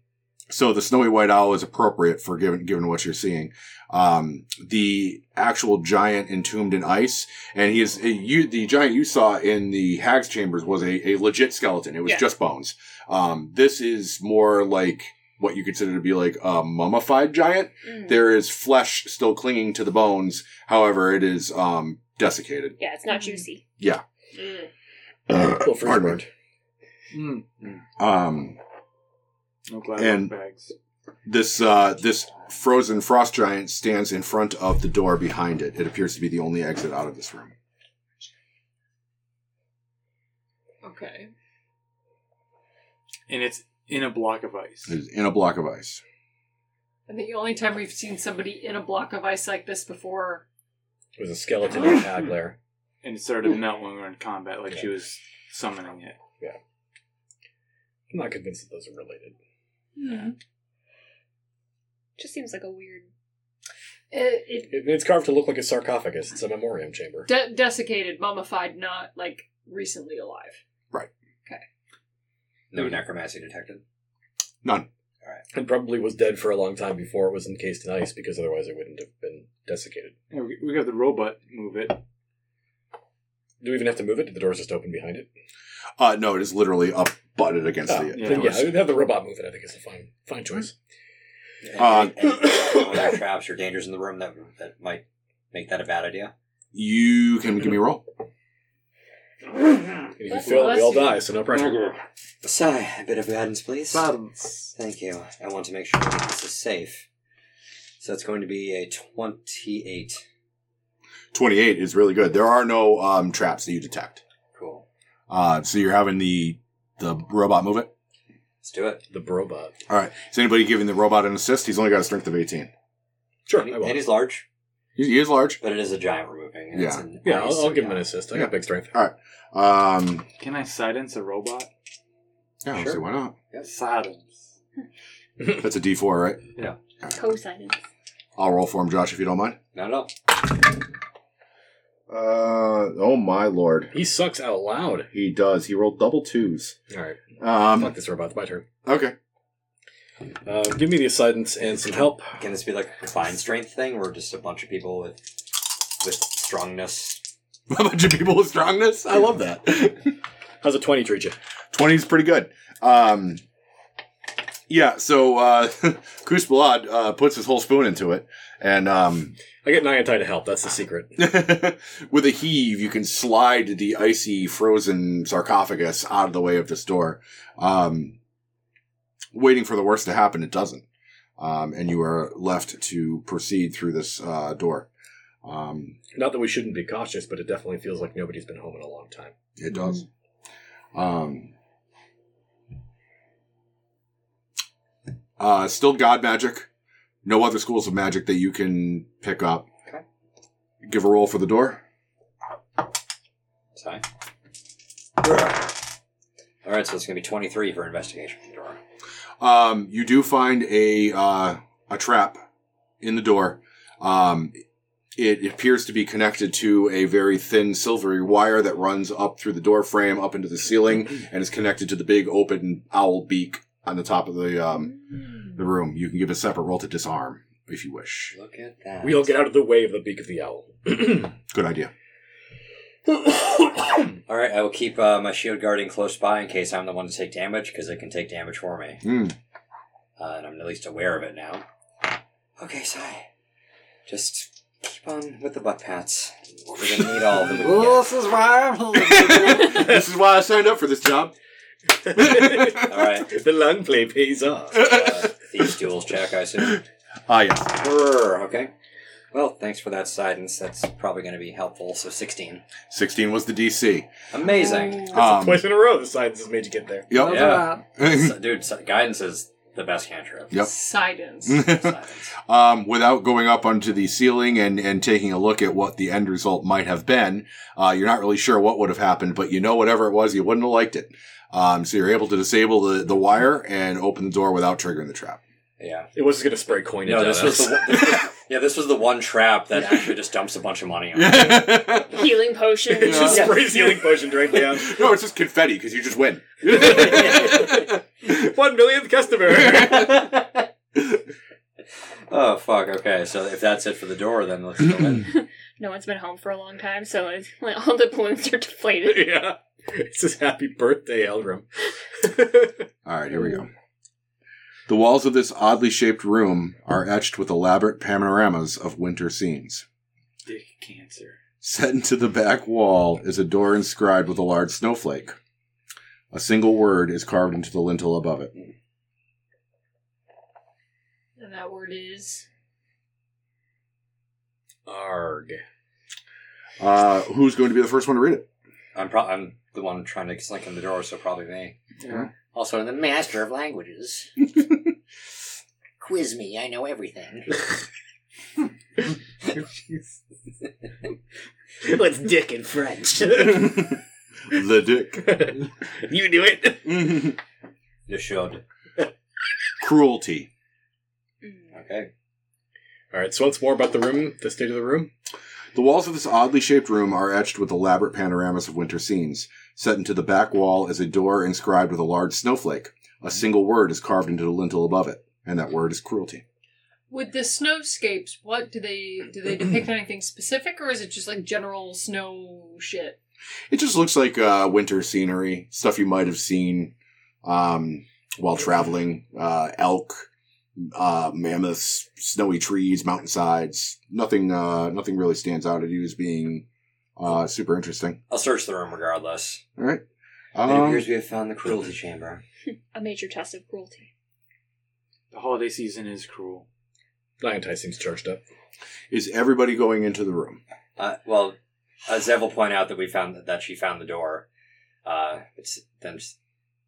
Speaker 1: so the snowy white owl is appropriate for given given what you're seeing. Um, the actual giant entombed in ice, and he is eh, you. The giant you saw in the hag's chambers was a, a legit skeleton. It was
Speaker 6: Yeah.
Speaker 1: just bones. Um, this is more like what you consider to be like a mummified giant.
Speaker 6: Mm.
Speaker 1: There is flesh still clinging to the bones. However, it is um, desiccated.
Speaker 6: Yeah, it's not
Speaker 3: Mm.
Speaker 6: juicy.
Speaker 1: Uh,
Speaker 4: Well, first
Speaker 1: Pardon
Speaker 4: word.
Speaker 1: me.
Speaker 7: Hmm.
Speaker 1: Um,
Speaker 5: No glass
Speaker 1: and-
Speaker 5: bags.
Speaker 1: this uh, this frozen frost giant stands in front of the door behind it. It appears to be the only exit out of this room.
Speaker 3: Okay.
Speaker 5: And it's in a block of ice.
Speaker 1: It is in a block of ice.
Speaker 3: I think the only time we've seen somebody in a block of ice like this before.
Speaker 4: It was a skeleton in Hagler.
Speaker 5: And it started to melt when we were in combat, like she was summoning it.
Speaker 4: I'm not convinced that those are related.
Speaker 3: hmm,
Speaker 6: Just seems like a weird.
Speaker 3: It, it
Speaker 4: It, it's carved to look like a sarcophagus. It's a memoriam chamber.
Speaker 3: de- desiccated, mummified, not like recently alive.
Speaker 2: No
Speaker 4: Mm-hmm.
Speaker 2: necromancy detected.
Speaker 1: None.
Speaker 4: It probably was dead for a long time before it was encased in ice, because otherwise it wouldn't have been desiccated.
Speaker 5: Yeah, we, we got the robot move it.
Speaker 4: Do we even have to move it? Did the doors just open behind it?
Speaker 1: Uh, no, it is literally up butted against
Speaker 4: Oh,
Speaker 1: the.
Speaker 5: yeah.
Speaker 1: the
Speaker 4: then yeah, I would have the robot move it. I think it's a fine, fine choice.
Speaker 1: Uh,
Speaker 2: Any- any- are there traps or dangers in the room that, that might make that a bad idea?
Speaker 1: You can give me a roll.
Speaker 4: And if you
Speaker 3: Bless
Speaker 4: fail,
Speaker 3: you.
Speaker 4: we all die, so no pressure.
Speaker 2: Sigh, a bit of guidance, please.
Speaker 5: Silence.
Speaker 2: Thank you. I want to make sure that this is safe. So it's going to be a 28.
Speaker 1: Twenty eight is really good. There are no um, traps that you detect.
Speaker 2: Cool.
Speaker 1: Uh, so you're having the the robot move it.
Speaker 2: Let's do it.
Speaker 4: The robot.
Speaker 1: All right. Is anybody giving the robot an assist? He's only got a strength of eighteen.
Speaker 4: Sure,
Speaker 2: And,
Speaker 4: I will.
Speaker 2: and he's large,
Speaker 1: He, he is large.
Speaker 2: but it is a giant removing. and it's
Speaker 1: Yeah.
Speaker 2: in
Speaker 4: yeah,
Speaker 2: ice,
Speaker 4: I'll,
Speaker 2: so
Speaker 4: I'll give him
Speaker 2: yeah.
Speaker 4: an assist. I
Speaker 1: Yeah.
Speaker 4: got big strength.
Speaker 1: Um,
Speaker 5: Can I silence a robot?
Speaker 1: yeah. let's
Speaker 2: Sure.
Speaker 1: see, why not?
Speaker 5: Silence.
Speaker 1: That's a D4, right?
Speaker 6: Cosinus.
Speaker 1: I'll roll for him, Josh, if you don't mind.
Speaker 2: Not at all.
Speaker 1: Uh, oh my lord.
Speaker 4: He sucks out loud.
Speaker 1: He does. He rolled double twos.
Speaker 4: All right,
Speaker 1: Um,
Speaker 4: fuck this robot. It's my turn.
Speaker 1: okay.
Speaker 4: Uh, give me the silence and some help.
Speaker 2: Can this be like a combined strength thing where just a bunch of people with with strongness?
Speaker 1: A bunch of people with strongness. I love that.
Speaker 4: How's a twenty treat you?
Speaker 1: 20 is pretty good. Um, Yeah, so uh, Kuz Balad uh, puts his whole spoon into it, and um,
Speaker 4: I get Niantai to help. That's the secret.
Speaker 1: with a heave, you can slide the icy, frozen sarcophagus out of the way of this door. Um, waiting for the worst to happen, it doesn't. Um, and you are left to proceed through this uh, door. Um,
Speaker 4: Not that we shouldn't be cautious, but it definitely feels like nobody's been home in a long time.
Speaker 1: It does. Um, uh, still God magic. No other schools of magic that you can pick up.
Speaker 2: Okay.
Speaker 1: Give a roll for the door.
Speaker 2: Sorry. All right, so it's gonna be twenty three for investigation. Dora.
Speaker 1: Um, you do find a uh, a trap in the door. Um, it appears to be connected to a very thin silvery wire that runs up through the door frame, up into the ceiling, and is connected to the big open owl beak on the top of the um, the room. You can give a separate roll to disarm if you wish.
Speaker 2: Look at that.
Speaker 4: We all get out of the way of the beak of the owl.
Speaker 1: Good idea.
Speaker 2: All right, I will keep uh, my shield guardian close by in case I'm the one to take damage because it can take damage for me,
Speaker 4: Hmm.
Speaker 1: Mm.
Speaker 2: uh, and I'm at least aware of it now. Okay, Sai, just keep on with the butt pats. We're gonna need all of them. we can get.
Speaker 7: Well, this is why I'm
Speaker 1: this is why I signed up for this job.
Speaker 4: the
Speaker 2: All right,
Speaker 4: long play pays off.
Speaker 2: uh, thieves duels check. I assume.
Speaker 1: Ah, yes.
Speaker 2: Brr, okay. Well, thanks for that guidance. That's probably going to be helpful. So sixteen.
Speaker 1: 16 was the DC.
Speaker 2: Amazing,
Speaker 1: Um,
Speaker 4: Twice in a row, the science has made you get there.
Speaker 1: yep.
Speaker 2: yeah, So- dude. So, guidance is the best cantrip.
Speaker 1: Yep. Mm.
Speaker 3: Sidens.
Speaker 2: Guidance.
Speaker 1: um, without going up onto the ceiling and, and taking a look at what the end result might have been, uh, you're not really sure what would have happened, but you know whatever it was, you wouldn't have liked it. Um, so you're able to disable the, the wire and open the door without triggering the trap.
Speaker 2: Yeah.
Speaker 4: It was just going to spray coin
Speaker 2: No,
Speaker 4: into
Speaker 2: this was
Speaker 4: us.
Speaker 2: the this was- yeah. This was the one trap that actually just dumps a bunch of money on. it.
Speaker 1: no,
Speaker 6: Healing potion.
Speaker 4: It just
Speaker 2: Yeah.
Speaker 4: sprays healing potion right down.
Speaker 1: it's just confetti because you just win.
Speaker 4: One millionth customer.
Speaker 2: oh fuck. Okay. So if that's it for the door, then let's go in.
Speaker 6: No one's been home for a long time, so it's, like, all the balloons are deflated.
Speaker 4: yeah. It's his happy birthday, Eldrum.
Speaker 1: All right, here we go. The walls of this oddly shaped room are etched with elaborate panoramas of winter scenes.
Speaker 5: Dick cancer.
Speaker 1: Set into the back wall is a door inscribed with a large snowflake. A single word is carved into the lintel above it.
Speaker 3: And that word is.
Speaker 4: Arg.
Speaker 1: Uh, who's going to be the first one to read it?
Speaker 2: I'm pro- I'm the one trying to slink in the door, so probably me.
Speaker 7: Yeah.
Speaker 2: Also, the master of languages.
Speaker 8: Quiz me, I know everything.
Speaker 4: Let's dick in French. you
Speaker 1: The dick.
Speaker 4: do it.
Speaker 2: You should.
Speaker 1: Cruelty.
Speaker 6: Mm.
Speaker 2: Okay.
Speaker 4: All right, so once more about the room, the state of the room.
Speaker 1: The walls of this oddly shaped room are etched with elaborate panoramas of winter scenes. Set into the back wall is a door inscribed with a large snowflake. A single word is carved into the lintel above it, and that word is cruelty.
Speaker 3: With the snowscapes, what do they do? They depict anything specific, or is it just like general snow shit?
Speaker 1: It just looks like uh, winter scenery, stuff you might have seen um, while traveling. Uh, elk, uh, mammoths, snowy trees, mountainsides. Nothing, uh, nothing really stands out at you as being uh, super interesting.
Speaker 2: I'll search the room regardless.
Speaker 1: All right.
Speaker 2: it
Speaker 1: Um,
Speaker 2: appears we have found the cruelty chamber.
Speaker 6: A major test of cruelty.
Speaker 5: The holiday season is cruel.
Speaker 4: Niantai seems charged up.
Speaker 1: is everybody going into the room?
Speaker 2: Uh, well, uh, Zev will point out that we found that, that she found the door. Uh, it's then. s-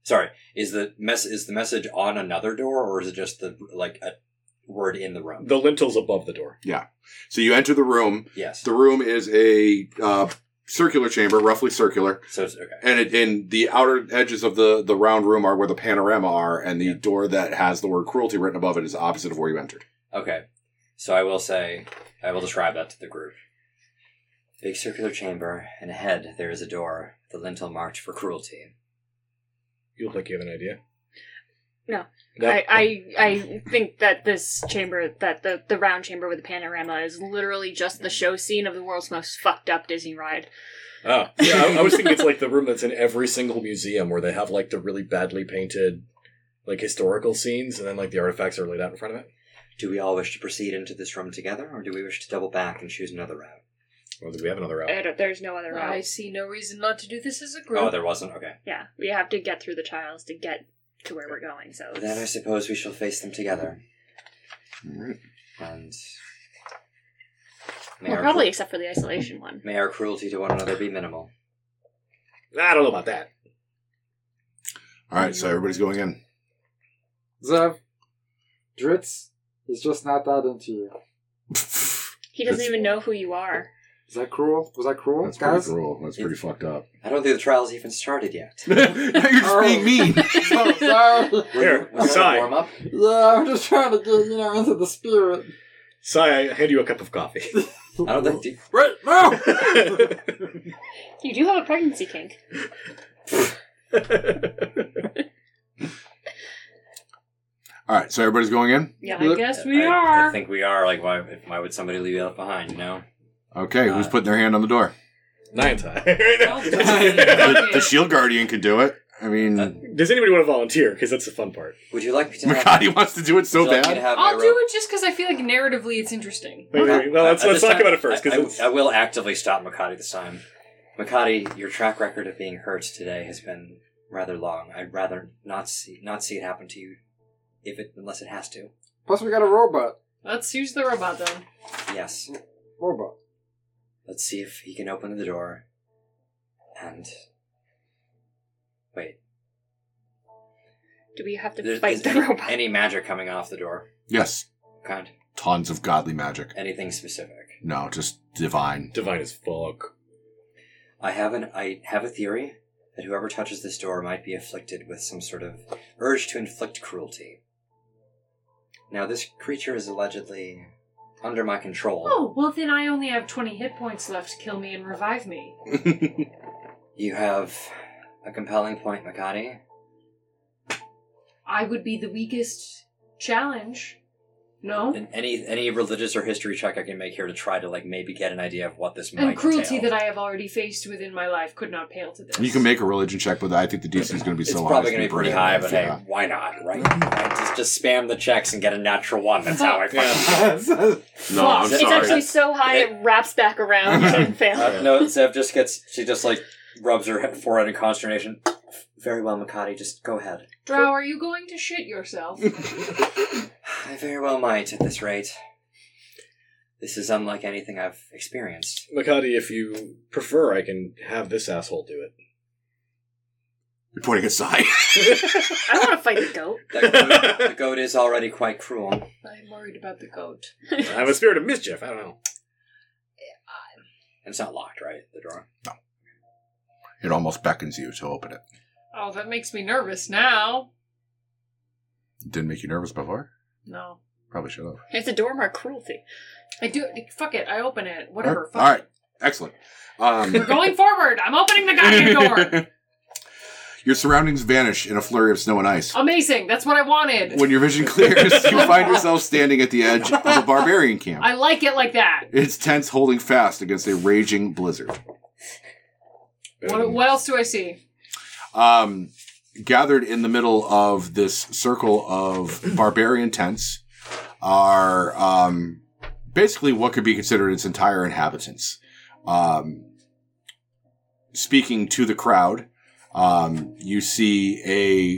Speaker 2: Sorry, is the mess is the message on another door, or is it just the like a word in the room?
Speaker 4: The lintels above the door.
Speaker 1: So you enter the room.
Speaker 2: yes.
Speaker 1: The room is a uh, circular chamber, roughly circular.
Speaker 2: so it's okay.
Speaker 1: and it and the outer edges of the the round room are where the panorama are and the door that has the word cruelty written above it is opposite of where you entered
Speaker 2: Okay. So I will say, I will describe that to the group. Big circular chamber, and ahead there is a door, the lintel marked for cruelty.
Speaker 4: You look like you have an idea.
Speaker 6: No.
Speaker 4: No?
Speaker 6: I, I I think that this chamber, that the, the round chamber with the panorama, is literally just the show scene of the world's most fucked up Disney ride.
Speaker 4: Oh, yeah. I, I was thinking it's like the room that's in every single museum where they have like the really badly painted, like historical scenes, and then like the artifacts are laid out in front of it.
Speaker 2: Do we all wish to proceed into this room together, or do we wish to double back and choose another route?
Speaker 4: Well, do we have another route?
Speaker 6: I don't, there's no other
Speaker 3: I
Speaker 6: route.
Speaker 3: see no reason not to do this as a group.
Speaker 2: Oh, there wasn't. Okay.
Speaker 6: Yeah, we have to get through the trials to get to where we're going. So
Speaker 2: Then I suppose we shall face them together.
Speaker 1: All right.
Speaker 2: And may,
Speaker 6: well,
Speaker 2: our
Speaker 6: probably except for the isolation one.
Speaker 2: cru- may our cruelty to one another be minimal.
Speaker 4: I don't know about that.
Speaker 1: All right. So everybody's going in.
Speaker 7: Zev, Dritz is just not that into you.
Speaker 6: He doesn't
Speaker 1: That's-
Speaker 6: even know who you are.
Speaker 7: Is that cruel? Was that cruel,
Speaker 1: That's pretty
Speaker 7: guys?
Speaker 1: cruel. That's pretty fucked up.
Speaker 2: I don't think the trial's even started yet.
Speaker 1: Now You're just being mean.
Speaker 7: Oh, sorry.
Speaker 4: Here,
Speaker 2: Was that a
Speaker 4: sigh.
Speaker 2: warm up?
Speaker 7: Yeah, I'm just trying to get you know into the spirit.
Speaker 4: Sai, I hand you a cup of coffee.
Speaker 2: I don't think.
Speaker 7: Right now.
Speaker 6: You do have a pregnancy kink.
Speaker 1: All right. So everybody's going in.
Speaker 6: Yeah.
Speaker 3: I guess we
Speaker 2: I-
Speaker 3: are.
Speaker 2: I think we are. Like, why? Why would somebody leave that behind? You know.
Speaker 1: Okay.
Speaker 7: Uh,
Speaker 1: who's putting their hand on the door?
Speaker 4: Nine times.
Speaker 1: The,
Speaker 3: Yeah.
Speaker 1: the shield guardian could do it. I mean,
Speaker 2: Uh,
Speaker 4: Does anybody want to volunteer? Because that's the fun part.
Speaker 2: Would you like me to? have-
Speaker 1: Makati wants to do it so
Speaker 2: would you like me
Speaker 1: bad.
Speaker 2: to have my
Speaker 3: I'll
Speaker 2: rope?
Speaker 3: do it just because I feel like narratively it's interesting.
Speaker 4: Wait, wait, wait. No, let's,
Speaker 2: At
Speaker 4: let's
Speaker 2: this
Speaker 4: talk
Speaker 2: time,
Speaker 4: about it first.
Speaker 2: I, I-
Speaker 4: Because
Speaker 2: I will actively stop Makati this time. Makati, your track record of being hurt today has been rather long. I'd rather not see not see it happen to you, if it unless it has to.
Speaker 7: Plus, we got a robot.
Speaker 3: Let's use the robot then.
Speaker 2: Yes.
Speaker 7: Robot.
Speaker 2: Let's see if he can open the door. And wait,
Speaker 6: Do we have to
Speaker 2: there-
Speaker 6: fight
Speaker 2: is
Speaker 6: the
Speaker 2: any,
Speaker 6: robot?
Speaker 2: any magic coming off the door?
Speaker 1: Yes.
Speaker 2: Kind
Speaker 1: Tons of godly magic.
Speaker 2: anything specific?
Speaker 1: No, just divine.
Speaker 4: divine as fuck.
Speaker 2: I have an I have a theory that whoever touches this door might be afflicted with some sort of urge to inflict cruelty. Now this creature is allegedly under my control.
Speaker 3: Oh, well then I only have 20 hit points left. Kill me and revive me.
Speaker 2: You have a compelling point, Makati.
Speaker 3: I would be the weakest challenge. No?
Speaker 2: And any any religious or history check I can make here to try to like maybe get an idea of what this might
Speaker 3: And cruelty
Speaker 2: entail.
Speaker 3: that I have already faced within my life could not pale to this.
Speaker 1: You can make a religion check, but I think the DC is going to be
Speaker 2: It's
Speaker 1: so high.
Speaker 2: probably going to
Speaker 1: gonna
Speaker 2: be pretty
Speaker 1: brave.
Speaker 2: high, but
Speaker 1: Yeah.
Speaker 2: hey, why not, right? Right, Just, just spam the checks and get a natural one. That's how I fucking
Speaker 1: No, I'm
Speaker 3: Fuck.
Speaker 6: it's
Speaker 1: sorry.
Speaker 6: actually so high it wraps back around and fails.
Speaker 2: Uh, no, Zev just gets. She just like rubs her he- forehead in consternation. Very well, Makati. Just go ahead.
Speaker 3: Drow, are you going to shit yourself?
Speaker 2: I very well might at this rate. This is unlike anything I've experienced.
Speaker 4: Makati, if you prefer, I can have this asshole do it.
Speaker 1: You're pointing aside.
Speaker 6: I want to fight the goat.
Speaker 2: The goat, the goat is already quite cruel.
Speaker 3: I'm worried about the goat.
Speaker 4: I'm a spirit of mischief. I don't know.
Speaker 2: It's not locked, right? The drawer.
Speaker 1: it almost beckons you to open it.
Speaker 3: Oh, that makes me nervous now.
Speaker 1: Didn't make you nervous before?
Speaker 3: No.
Speaker 1: Probably should have.
Speaker 6: It's a door marked cruelty.
Speaker 3: I do. Fuck it. I open it. Whatever. Fuck
Speaker 1: All right.
Speaker 3: it.
Speaker 1: Excellent.
Speaker 3: We're
Speaker 1: Um,
Speaker 3: going forward. I'm opening the goddamn door.
Speaker 1: your surroundings vanish in a flurry of snow and
Speaker 3: Oh,
Speaker 1: ice.
Speaker 3: Amazing. That's what I wanted.
Speaker 1: When your vision clears, you find yourself standing at the edge of a barbarian camp.
Speaker 3: I like it like that.
Speaker 1: Its tents holding fast against a raging blizzard.
Speaker 3: What, what else do I see?
Speaker 1: um, gathered in the middle of this circle of barbarian tents are um, basically what could be considered its entire inhabitants. Um, speaking to the crowd, um, you see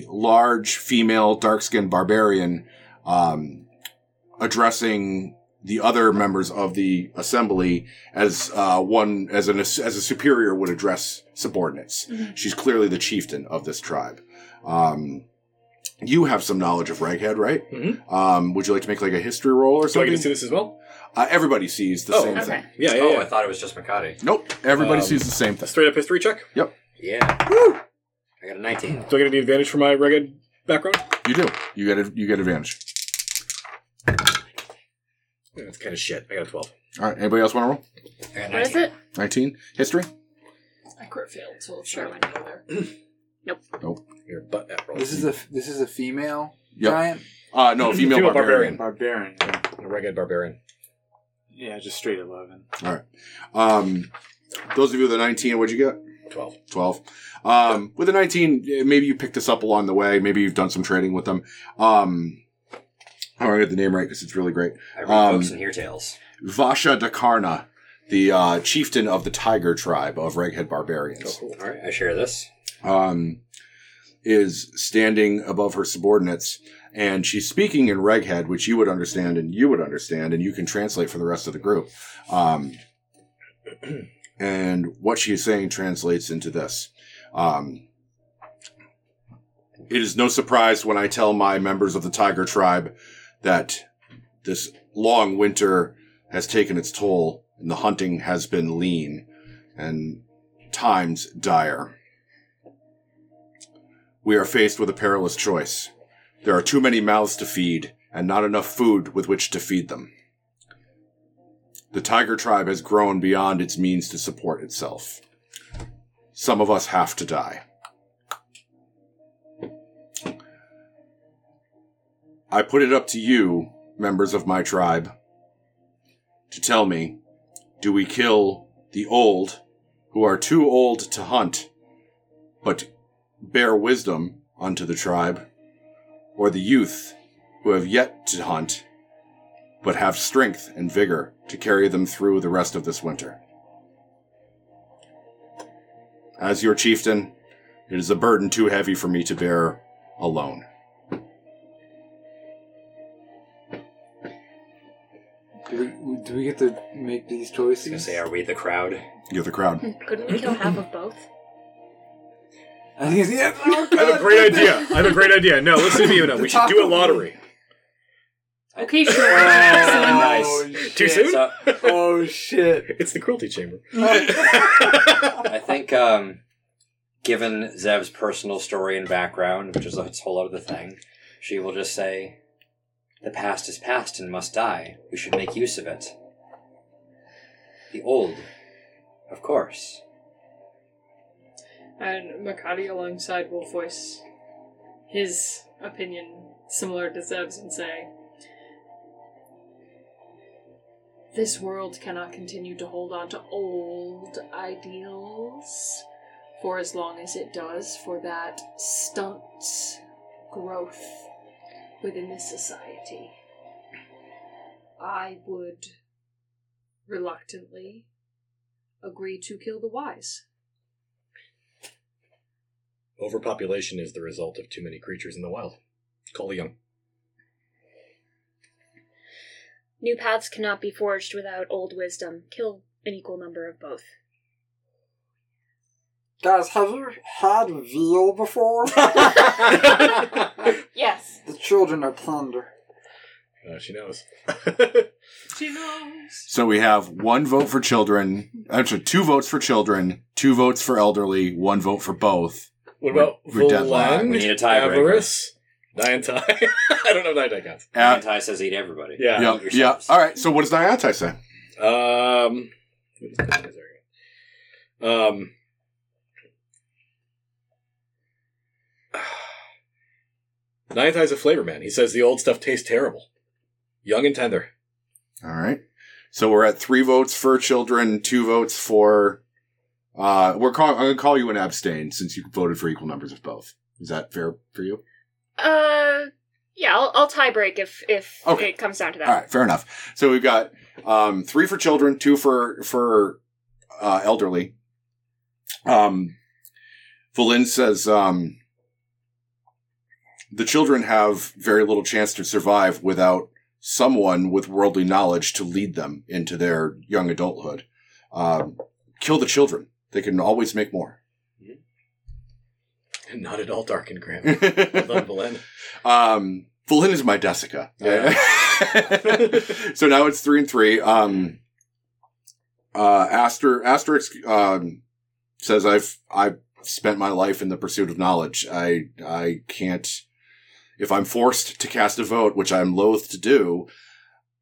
Speaker 1: a large female, dark skinned barbarian um, addressing the other members of the assembly as uh, one as an as a superior would address subordinates. She's clearly the chieftain of this tribe. Um, you have some knowledge of Raghead, right?
Speaker 4: Mhm.
Speaker 1: Um, would you like to make like a history roll or
Speaker 4: So I
Speaker 1: something?
Speaker 4: get to see this as well?
Speaker 1: uh, everybody sees the
Speaker 4: Oh,
Speaker 1: same
Speaker 6: okay.
Speaker 1: thing.
Speaker 4: Yeah, yeah,
Speaker 2: oh,
Speaker 4: yeah.
Speaker 2: I thought it was just Makati.
Speaker 1: Nope, everybody
Speaker 4: Um,
Speaker 1: sees the same
Speaker 4: A
Speaker 1: thing.
Speaker 4: straight up history check.
Speaker 2: Yeah. I got a nineteen.
Speaker 4: Do I get any advantage for my rugged background?
Speaker 1: You do. You get a, you get advantage.
Speaker 4: That's kind of shit. I got a 12.
Speaker 1: All right. Anybody else want to roll?
Speaker 2: I got a
Speaker 6: What is
Speaker 2: 19.
Speaker 6: it?
Speaker 1: Nineteen history.
Speaker 3: I crit failed, so it's
Speaker 6: Sure.
Speaker 3: sure. not there.
Speaker 4: Your butt at roll.
Speaker 7: This is a this is a female
Speaker 1: Yep.
Speaker 7: giant
Speaker 1: Uh, no, female,
Speaker 4: Female
Speaker 1: barbarian.
Speaker 4: barbarian.
Speaker 5: Barbarian.
Speaker 4: a rugged barbarian.
Speaker 5: Yeah, just straight eleven.
Speaker 1: Um, those of you with a 19, what'd you get?
Speaker 4: 12.
Speaker 1: 12. Um, with a 19, eh, maybe you picked this up along the way. Maybe you've done some trading with them. Um, I want to get the name right because it's really great.
Speaker 2: I read
Speaker 1: Um,
Speaker 2: books and hear tales.
Speaker 1: Vasha Dakarna, the uh, chieftain of the Tiger tribe of Raghead Barbarians,
Speaker 4: cool.
Speaker 2: All right, I share this.
Speaker 1: um, is standing above her subordinates. And she's speaking in Reghead, which you would understand and you would understand, and you can translate for the rest of the group. Um, and what she is saying translates into this. Um, it is no surprise when I tell my members of the Tiger tribe that this long winter has taken its toll and the hunting has been lean and times dire. We are faced with a perilous choice. There are too many mouths to feed and not enough food with which to feed them. The tiger tribe has grown beyond its means to support itself. Some of us have to die. I put it up to you, members of my tribe, to tell me do we kill the old, who are too old to hunt, but bear wisdom unto the tribe, or the youth, who have yet to hunt, but have strength and vigor to carry them through the rest of this winter. As your chieftain, it is a burden too heavy for me to bear alone.
Speaker 7: Do we, do we get to make these
Speaker 2: I was gonna
Speaker 7: choices?
Speaker 2: say, are we the crowd?
Speaker 1: You're the crowd.
Speaker 6: Couldn't we kill half of both?
Speaker 7: I think it's, yeah, oh,
Speaker 4: I have a great idea. I have a great idea. No, let's leave you know. We should do a lottery.
Speaker 3: Okay, sure.
Speaker 2: Nice.
Speaker 7: shit.
Speaker 4: Too soon?
Speaker 2: So
Speaker 7: Oh shit.
Speaker 4: It's the cruelty chamber.
Speaker 2: I think, um, given Zev's personal story and background, which is a whole other thing, she will just say, "The past is past and must die. We should make use of it." The old, of course.
Speaker 3: And Makati alongside will voice his opinion similar to Zeb's and say, This world cannot continue to hold on to old ideals for as long as it does, for that stunts growth within this society. I would reluctantly agree to kill the wise.
Speaker 4: Overpopulation is the result of too many creatures in the wild. Call the young.
Speaker 6: New paths cannot be forged without old wisdom. Kill an equal number of both.
Speaker 7: Guys, have you had veal before?
Speaker 6: Yes.
Speaker 7: the children are tender.
Speaker 4: Uh, she knows.
Speaker 3: She knows.
Speaker 1: So we have one vote for children, actually, two votes for children, two votes for elderly, one vote for both.
Speaker 4: What about
Speaker 1: We're- we're dead
Speaker 4: Volan?
Speaker 2: We need a tiebreaker.
Speaker 4: Avarice? Niantai? I don't know if Niantai counts.
Speaker 1: Uh,
Speaker 2: Anti says, "Eat everybody."
Speaker 4: Yeah.
Speaker 1: yeah,
Speaker 2: Eat
Speaker 1: yeah.
Speaker 2: yourselves.
Speaker 1: All right, so what does Niantai say?
Speaker 4: Um, what is that? Is there- um, Niantai's a flavor man. He says the old stuff tastes terrible, young and tender.
Speaker 1: All right. So we're at three votes for children, two votes for. Uh, we're call- I'm going to call you an abstain since you voted for equal numbers of both. Is that fair for you?
Speaker 6: Uh, yeah, I'll, I'll tie break if if
Speaker 1: Okay.
Speaker 6: it comes down to that.
Speaker 1: All right, fair enough. So we've got um, three for children, two for for uh, elderly. Um, Valin says um, the children have very little chance to survive without someone with worldly knowledge to lead them into their young adulthood. Um, kill the children; they can always make more.
Speaker 4: Not at all dark and grim. Love
Speaker 1: um,
Speaker 4: Belen.
Speaker 1: Valin is Um, my Desica.
Speaker 4: Yeah.
Speaker 1: so now it's three and three. Um, uh, Aster Asterix um, says I've I've spent my life in the pursuit of knowledge. I I can't if I'm forced to cast a vote, which I'm loath to do.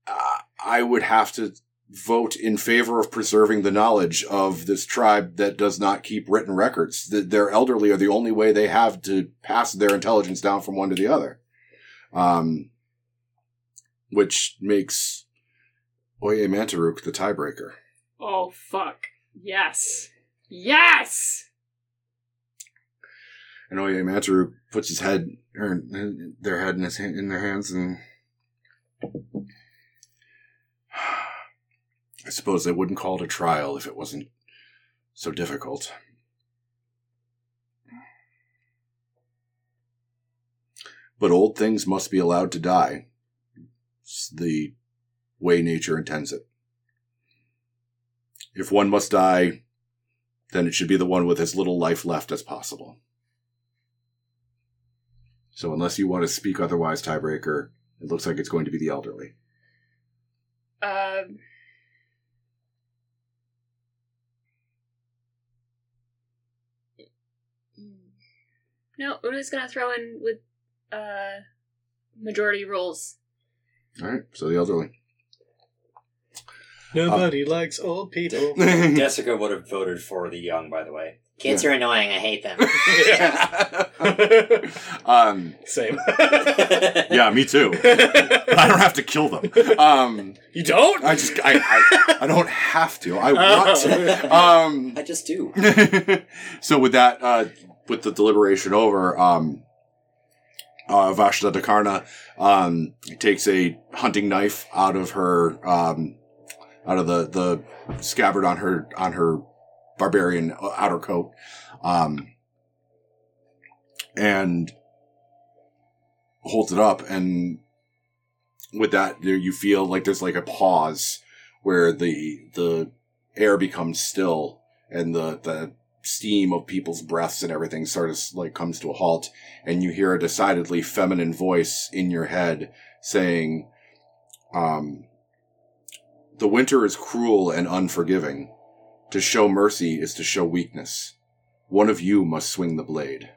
Speaker 1: Uh, I would have to vote in favor of preserving the knowledge of this tribe that does not keep written records. Th- their elderly are the only way they have to pass their intelligence down from one to the other. Um, which makes Oye Mantaruk, the tiebreaker.
Speaker 3: Oh fuck. Yes. Yes.
Speaker 1: And Oye Mantaruk puts his head, er, their head in his hand, in their hands, and I suppose they wouldn't call it a trial if it wasn't so difficult. But old things must be allowed to die. It's the way nature intends it. If one must die, then it should be the one with as little life left as possible. So, unless you want to speak otherwise, tiebreaker, it looks like it's going to be the elderly.
Speaker 6: Um, no, Una's gonna throw in with uh, majority rules.
Speaker 1: All right, so the elderly. Uh,
Speaker 4: Nobody likes old people.
Speaker 2: Jessica would have voted for the young, by the way.
Speaker 8: Kids are annoying. I hate them.
Speaker 1: um,
Speaker 4: Same.
Speaker 1: yeah, me too. I don't have to kill them. Um,
Speaker 4: you don't?
Speaker 1: I just I, I I don't have to. I want to. Um,
Speaker 2: I just do.
Speaker 1: so with that, uh, with the deliberation over, um, uh, Vashta Dakarna um, takes a hunting knife out of her um, out of the the scabbard on her on her barbarian uh, outer coat, um, and holds it up. And with that, there you feel like there's like a pause where the the air becomes still and the the steam of people's breaths and everything sort of like comes to a halt and you hear a decidedly feminine voice in your head saying um the winter is cruel and unforgiving to show mercy is to show weakness one of you must swing the blade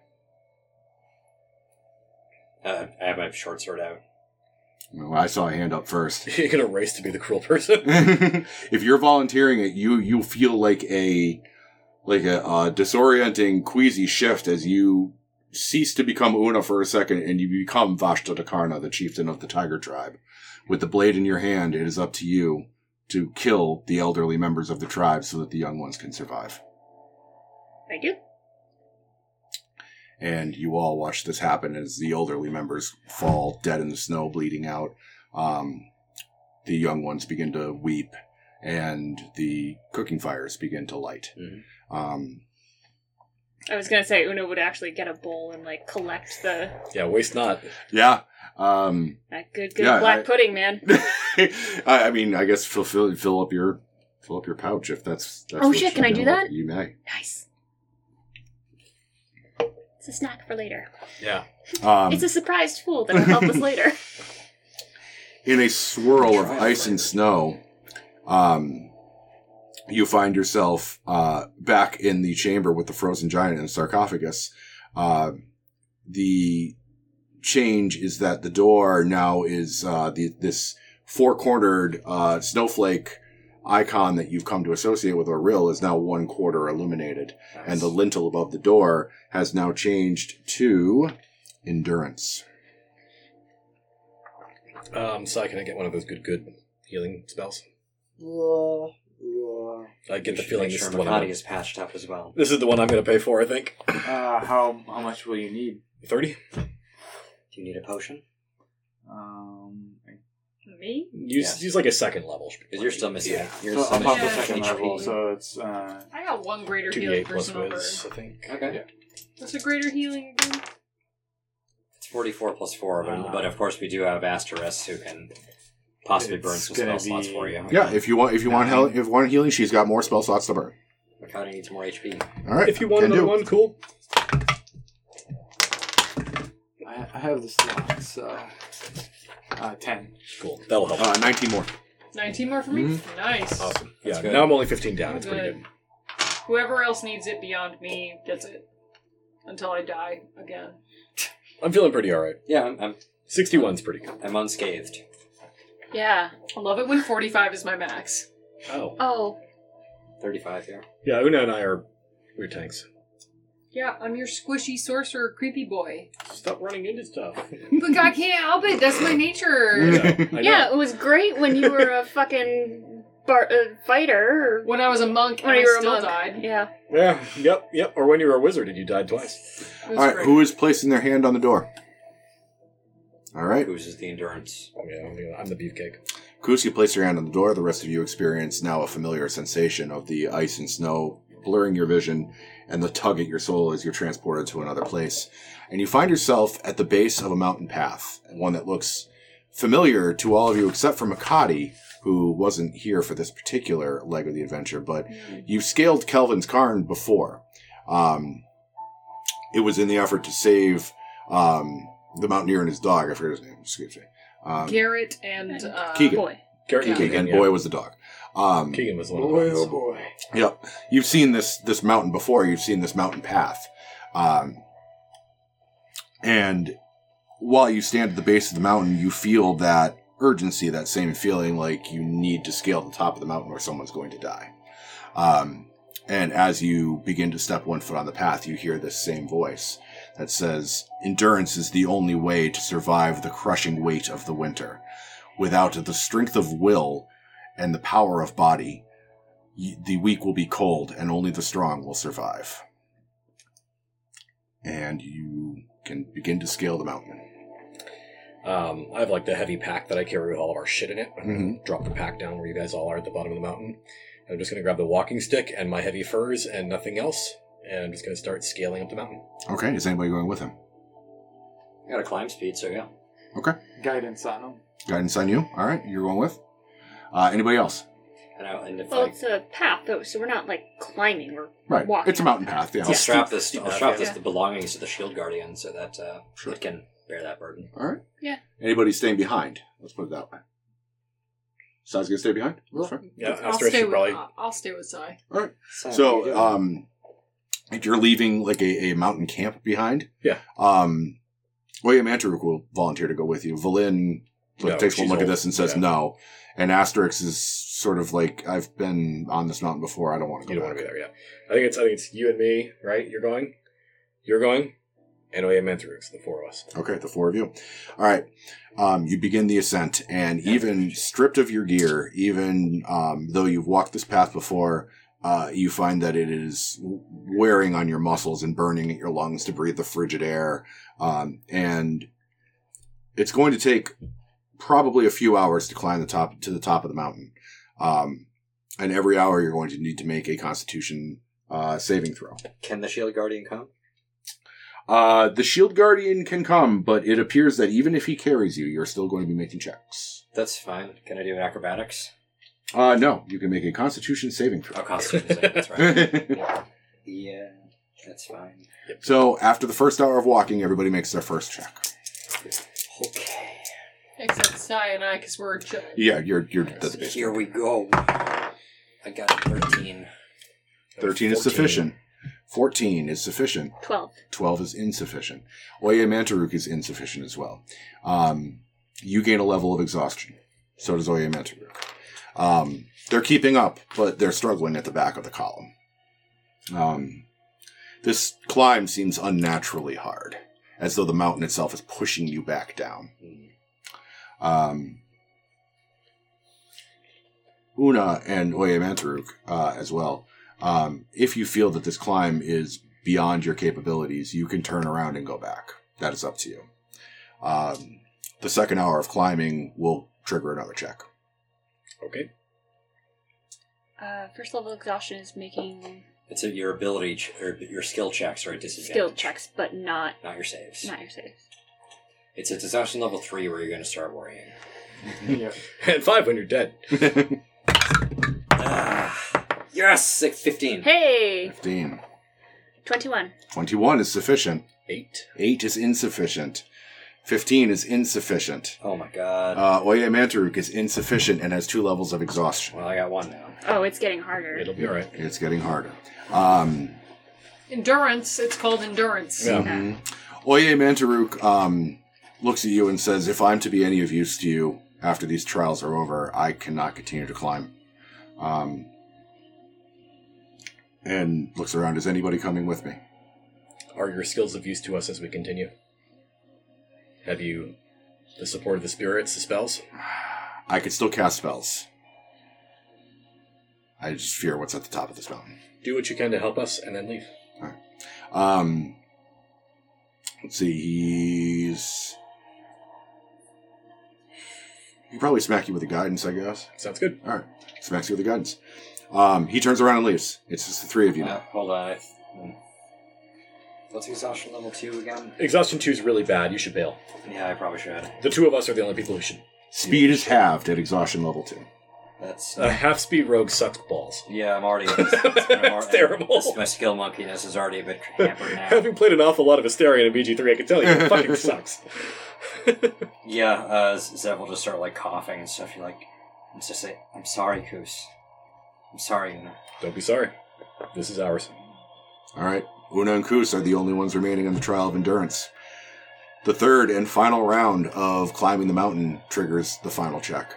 Speaker 2: Uh, I have my short sword out.
Speaker 1: well, i saw a hand up first
Speaker 4: You're gonna race to be the cruel person.
Speaker 1: if you're volunteering it, you you feel like a like a uh, disorienting, queasy shift as you cease to become Una for a second, and you become Vashta Dakarna, the chieftain of the Tiger Tribe. With the blade in your hand, it is up to you to kill the elderly members of the tribe so that the young ones can survive.
Speaker 6: I do.
Speaker 1: and you all watch this happen as the elderly members fall dead in the snow, bleeding out. Um, the young ones begin to weep, and the cooking fires begin to light.
Speaker 2: Mhm.
Speaker 1: Um,
Speaker 6: I was gonna say Una would actually get a bowl and like collect the
Speaker 4: yeah, waste not.
Speaker 1: yeah. Um,
Speaker 6: that good good
Speaker 1: Yeah,
Speaker 6: black
Speaker 1: I-
Speaker 6: pudding, man.
Speaker 1: I, I mean, I guess fill, fill fill up your fill up your pouch if that's. that's
Speaker 6: Oh,
Speaker 1: what
Speaker 6: shit,
Speaker 1: you
Speaker 6: can I
Speaker 1: feel
Speaker 6: do
Speaker 1: like.
Speaker 6: that?
Speaker 1: You may.
Speaker 6: Nice. It's a snack for later.
Speaker 4: Yeah.
Speaker 1: Um,
Speaker 6: it's a surprised fool that will help us later.
Speaker 1: in a swirl of
Speaker 2: Try
Speaker 1: ice
Speaker 2: flavor.
Speaker 1: and snow, um, you find yourself uh, back in the chamber with the frozen giant and the sarcophagus. Uh, the change is that the door now is uh, the, this four cornered uh, snowflake icon that you've come to associate with Oril is now one quarter illuminated, and the lintel above the door has now changed to endurance.
Speaker 4: Um, Sai, can I get one of those good, good healing spells?
Speaker 7: Yeah, yeah.
Speaker 4: I get the
Speaker 2: We should
Speaker 4: feeling
Speaker 2: make
Speaker 4: this
Speaker 2: sure
Speaker 4: is the one. I'm,
Speaker 2: Mahati is patched up as well.
Speaker 4: this is the one I'm gonna pay for. I think
Speaker 5: Uh, how how much will you need?
Speaker 4: thirty.
Speaker 2: Do you need a potion?
Speaker 5: Um,
Speaker 6: Me?
Speaker 4: Use
Speaker 2: Yes.
Speaker 4: use like a second level. should be
Speaker 2: Because you're
Speaker 4: fine.
Speaker 2: still missing.
Speaker 5: yeah.
Speaker 2: You're
Speaker 5: so uh,
Speaker 2: still
Speaker 5: I'm up to
Speaker 2: missing
Speaker 5: second
Speaker 2: HP.
Speaker 5: level, so it's uh,
Speaker 3: I got one greater
Speaker 4: two d
Speaker 3: healing
Speaker 4: eight plus
Speaker 3: person over.
Speaker 4: whiz. I think.
Speaker 2: Okay.
Speaker 4: Yeah.
Speaker 3: What's a greater healing? than-
Speaker 2: It's 44 plus 4, but,
Speaker 4: Wow.
Speaker 2: but of course we do have Asterisk who can possibly burn
Speaker 5: It's
Speaker 2: some
Speaker 5: gonna
Speaker 2: spell slots
Speaker 5: be-
Speaker 2: for you.
Speaker 1: Yeah, if you want, if you want,
Speaker 5: Nine.
Speaker 1: heal, if you want healing, she's got more spell slots to burn.
Speaker 2: Makati needs more HP.
Speaker 1: All right,
Speaker 4: If you want
Speaker 1: can
Speaker 4: another
Speaker 1: do.
Speaker 4: one, cool.
Speaker 5: I, I have this lock, so uh, ten.
Speaker 4: Cool. That'll help.
Speaker 1: uh, nineteen more.
Speaker 3: Nineteen more for me. Nice.
Speaker 4: Hmm? awesome.
Speaker 2: That's
Speaker 4: Yeah.
Speaker 2: good.
Speaker 4: Now I'm only fifteen down. It's pretty
Speaker 3: Good.
Speaker 4: good.
Speaker 3: Whoever else needs it beyond me gets it until I die again.
Speaker 4: I'm feeling pretty all right.
Speaker 2: Yeah, I'm, I'm,
Speaker 4: Sixty one's pretty good.
Speaker 2: I'm unscathed.
Speaker 6: Yeah.
Speaker 3: I love it when forty-five is my max.
Speaker 4: Oh.
Speaker 6: Oh.
Speaker 2: 35 here.
Speaker 4: Yeah. Una and I are we're tanks.
Speaker 3: Yeah, I'm your squishy sorcerer creepy boy.
Speaker 4: Stop running into stuff.
Speaker 3: But I can't help it. That's my nature.
Speaker 4: I
Speaker 6: Yeah, it was great when you were a fucking bar- uh, fighter.
Speaker 3: When I was a monk,
Speaker 6: Or when
Speaker 3: and
Speaker 6: you were
Speaker 3: I
Speaker 6: Oh, a
Speaker 3: still
Speaker 6: monk.
Speaker 3: died.
Speaker 6: Yeah.
Speaker 4: know. Yeah. Yep. Yep. Or when you were a wizard and you died twice.
Speaker 3: It was
Speaker 1: All right,
Speaker 3: great.
Speaker 1: who is placing their hand on the door? All right,
Speaker 2: Who's the endurance?
Speaker 4: I mean, Oh, I'm the- I'm the beefcake.
Speaker 1: Kuski placed her hand on the door. The rest of you experience now a familiar sensation of the ice and snow blurring your vision and the tug at your soul as you're transported to another place. And you find yourself at the base of a mountain path, one that looks familiar to all of you except for Makati, who wasn't here for this particular leg of the adventure, but you've scaled Kelvin's Karn before. Um, it was in the effort to save um, the mountaineer and his dog. I forget his name. Excuse me. Um,
Speaker 3: Garrett and uh,
Speaker 1: Keegan.
Speaker 6: Boy.
Speaker 4: Garrett
Speaker 3: Yeah.
Speaker 1: Keegan,
Speaker 4: Keegan, yeah.
Speaker 1: boy was the dog. Um,
Speaker 4: Keegan was one of
Speaker 5: Boy,
Speaker 4: the
Speaker 5: oh
Speaker 4: ones.
Speaker 5: boy.
Speaker 1: Yep, you've seen this this mountain before. You've seen this mountain path, um, and while you stand at the base of the mountain, you feel that urgency, that same feeling like you need to scale the top of the mountain or someone's going to die. Um, and as you begin to step one foot on the path, you hear this same voice that says, "Endurance is the only way to survive the crushing weight of the winter. Without the strength of will and the power of body." y- the weak will be cold and only the strong will survive. And you can begin to scale the mountain.
Speaker 4: Um, I have like the heavy pack that I carry with all of our shit in it. I'm gonna
Speaker 1: Mhm.
Speaker 4: drop the pack down where you guys all are at the bottom of the mountain. I'm just gonna grab the walking stick and my heavy furs and nothing else, and I'm just gonna start scaling up the mountain.
Speaker 1: Okay, is anybody going with him?
Speaker 2: I got a climb speed, so yeah.
Speaker 5: Guidance on him.
Speaker 1: Guidance on you? All right, you're going with? Uh, anybody else?
Speaker 2: And, I, and if
Speaker 6: Well,
Speaker 2: I
Speaker 6: it's a path, though, so we're not like climbing. We're
Speaker 1: Right,
Speaker 6: Walking
Speaker 1: it's a mountain path. Yeah.
Speaker 2: I'll strap this,
Speaker 4: steep
Speaker 2: I'll
Speaker 4: path,
Speaker 2: strap
Speaker 4: yeah.
Speaker 2: this the belongings to the shield guardian, so that uh, it can bear that burden.
Speaker 1: All right.
Speaker 6: Yeah.
Speaker 1: Anybody staying behind? Let's put it that way. Sai's gonna stay behind. That's fine.
Speaker 4: Yeah,
Speaker 3: I'll
Speaker 4: Asterisk
Speaker 3: stay
Speaker 4: should
Speaker 3: with
Speaker 4: probably.
Speaker 3: I'll- I'll stay with Sai.
Speaker 1: So, um, if you're leaving like a, a mountain camp behind,
Speaker 4: Yeah.
Speaker 1: Um, William Antaruk will volunteer to go with you. Valin like,
Speaker 4: No,
Speaker 1: takes one
Speaker 4: she's
Speaker 1: look at
Speaker 4: old.
Speaker 1: this and says
Speaker 4: Yeah.
Speaker 1: no, and Asterix is sort of like I've been on this mountain before. I don't want to
Speaker 4: You
Speaker 1: go.
Speaker 4: don't want
Speaker 1: back."
Speaker 4: to be there, yeah. I think it's I think it's you and me, right? You're going, you're going, and Oya Mantarux, the four of us.
Speaker 1: Okay, the four of you. All right. Um, you begin the ascent, and even stripped of your gear, even um, though you've walked this path before, uh, you find that it is wearing on your muscles and burning at your lungs to breathe the frigid air. Um, and it's going to take probably a few hours to climb the top to the top of the mountain. Um, and every hour, you're going to need to make a Constitution uh, saving throw.
Speaker 2: Can the shield guardian come?
Speaker 1: Uh, the shield guardian can come, but it appears that even if he carries you, you're still going to be making checks.
Speaker 2: That's fine. Can I do an acrobatics?
Speaker 1: Uh, no, you can make a Constitution saving
Speaker 2: Oh,
Speaker 1: throw.
Speaker 2: constitution saving, that's right. yeah, that's fine.
Speaker 1: so after the first hour of walking, everybody makes their first check.
Speaker 2: Okay.
Speaker 3: Except Sai and I, because we're ju-
Speaker 1: Yeah, you're you're that's the base.
Speaker 2: Here we go. I got a 13.
Speaker 1: Thirteen is
Speaker 4: 14.
Speaker 1: sufficient. Fourteen is sufficient.
Speaker 6: 12.
Speaker 1: 12 is insufficient. Oya Mantaruk is insufficient as well. Um, you gain a level of exhaustion. So does Oya Mantaruk. Um, they're keeping up, but they're struggling at the back of the column. Um, this climb seems unnaturally hard, as though the mountain itself is pushing you back down. Um, Una and Oya Mantaruk uh, as well. Um, if you feel that this climb is beyond your capabilities, you can turn around and go back. That is up to you. Um, the second hour of climbing will trigger another check.
Speaker 4: Okay.
Speaker 6: Uh, first level exhaustion is making
Speaker 2: It's a, your ability ch- or your skill checks are at disadvantage.
Speaker 6: skill checks, but not
Speaker 2: Not your saves.
Speaker 6: not your saves.
Speaker 2: It's at exhaustion level 3 where you're going to start worrying.
Speaker 5: yeah.
Speaker 4: And five when you're dead.
Speaker 2: Ah, yes! Six, 15.
Speaker 6: Hey,
Speaker 1: 15.
Speaker 6: twenty-one.
Speaker 1: 21 is sufficient.
Speaker 4: Eight.
Speaker 1: 8 is insufficient. 15 is insufficient.
Speaker 2: Oh my god.
Speaker 1: Uh, Oya Mantaruk is insufficient and has two levels of exhaustion.
Speaker 2: well, I got one now.
Speaker 6: Oh, it's getting harder.
Speaker 4: It'll be all right.
Speaker 1: It's getting harder. Um,
Speaker 3: endurance. It's called endurance.
Speaker 4: Yeah.
Speaker 1: Mhm. Oye Mantaruk um, looks at you and says, If I'm to be any of use to you after these trials are over, I cannot continue to climb. Um, and looks around, Is anybody coming with me?
Speaker 4: Are your skills of use to us as we continue? Have you the support of the spirits, the spells?
Speaker 1: I could still cast spells. I just fear what's at the top of this mountain.
Speaker 4: Do what you can to help us, and then leave.
Speaker 1: Um, let's see. He's he probably smack you with the guidance, I guess.
Speaker 4: Sounds good.
Speaker 1: Smacks you with the guidance. Um, he turns around and leaves. It's just the three of you
Speaker 2: Uh,
Speaker 1: now.
Speaker 2: hold on. I th- What's exhaustion level two again?
Speaker 4: Exhaustion two is really bad. You should bail.
Speaker 2: Yeah, I probably should.
Speaker 4: The two of us are the only people who should.
Speaker 1: Speed is halved at exhaustion level two.
Speaker 2: That's
Speaker 4: A half speed rogue sucks balls.
Speaker 2: yeah. I'm already.
Speaker 4: That's terrible.
Speaker 2: This, my skill monkiness is already a bit hampered now.
Speaker 4: Having played an awful lot of Asterion and BG3, I can tell you it fucking sucks.
Speaker 2: Yeah, uh, Z- Zev will just start like coughing and stuff. You're like, and just say, "I'm sorry, Coos. I'm sorry, Una."
Speaker 4: Don't be sorry. This is ours.
Speaker 1: All right. Una and Kus are the only ones remaining in the trial of endurance. The third and final round of climbing the mountain triggers the final check.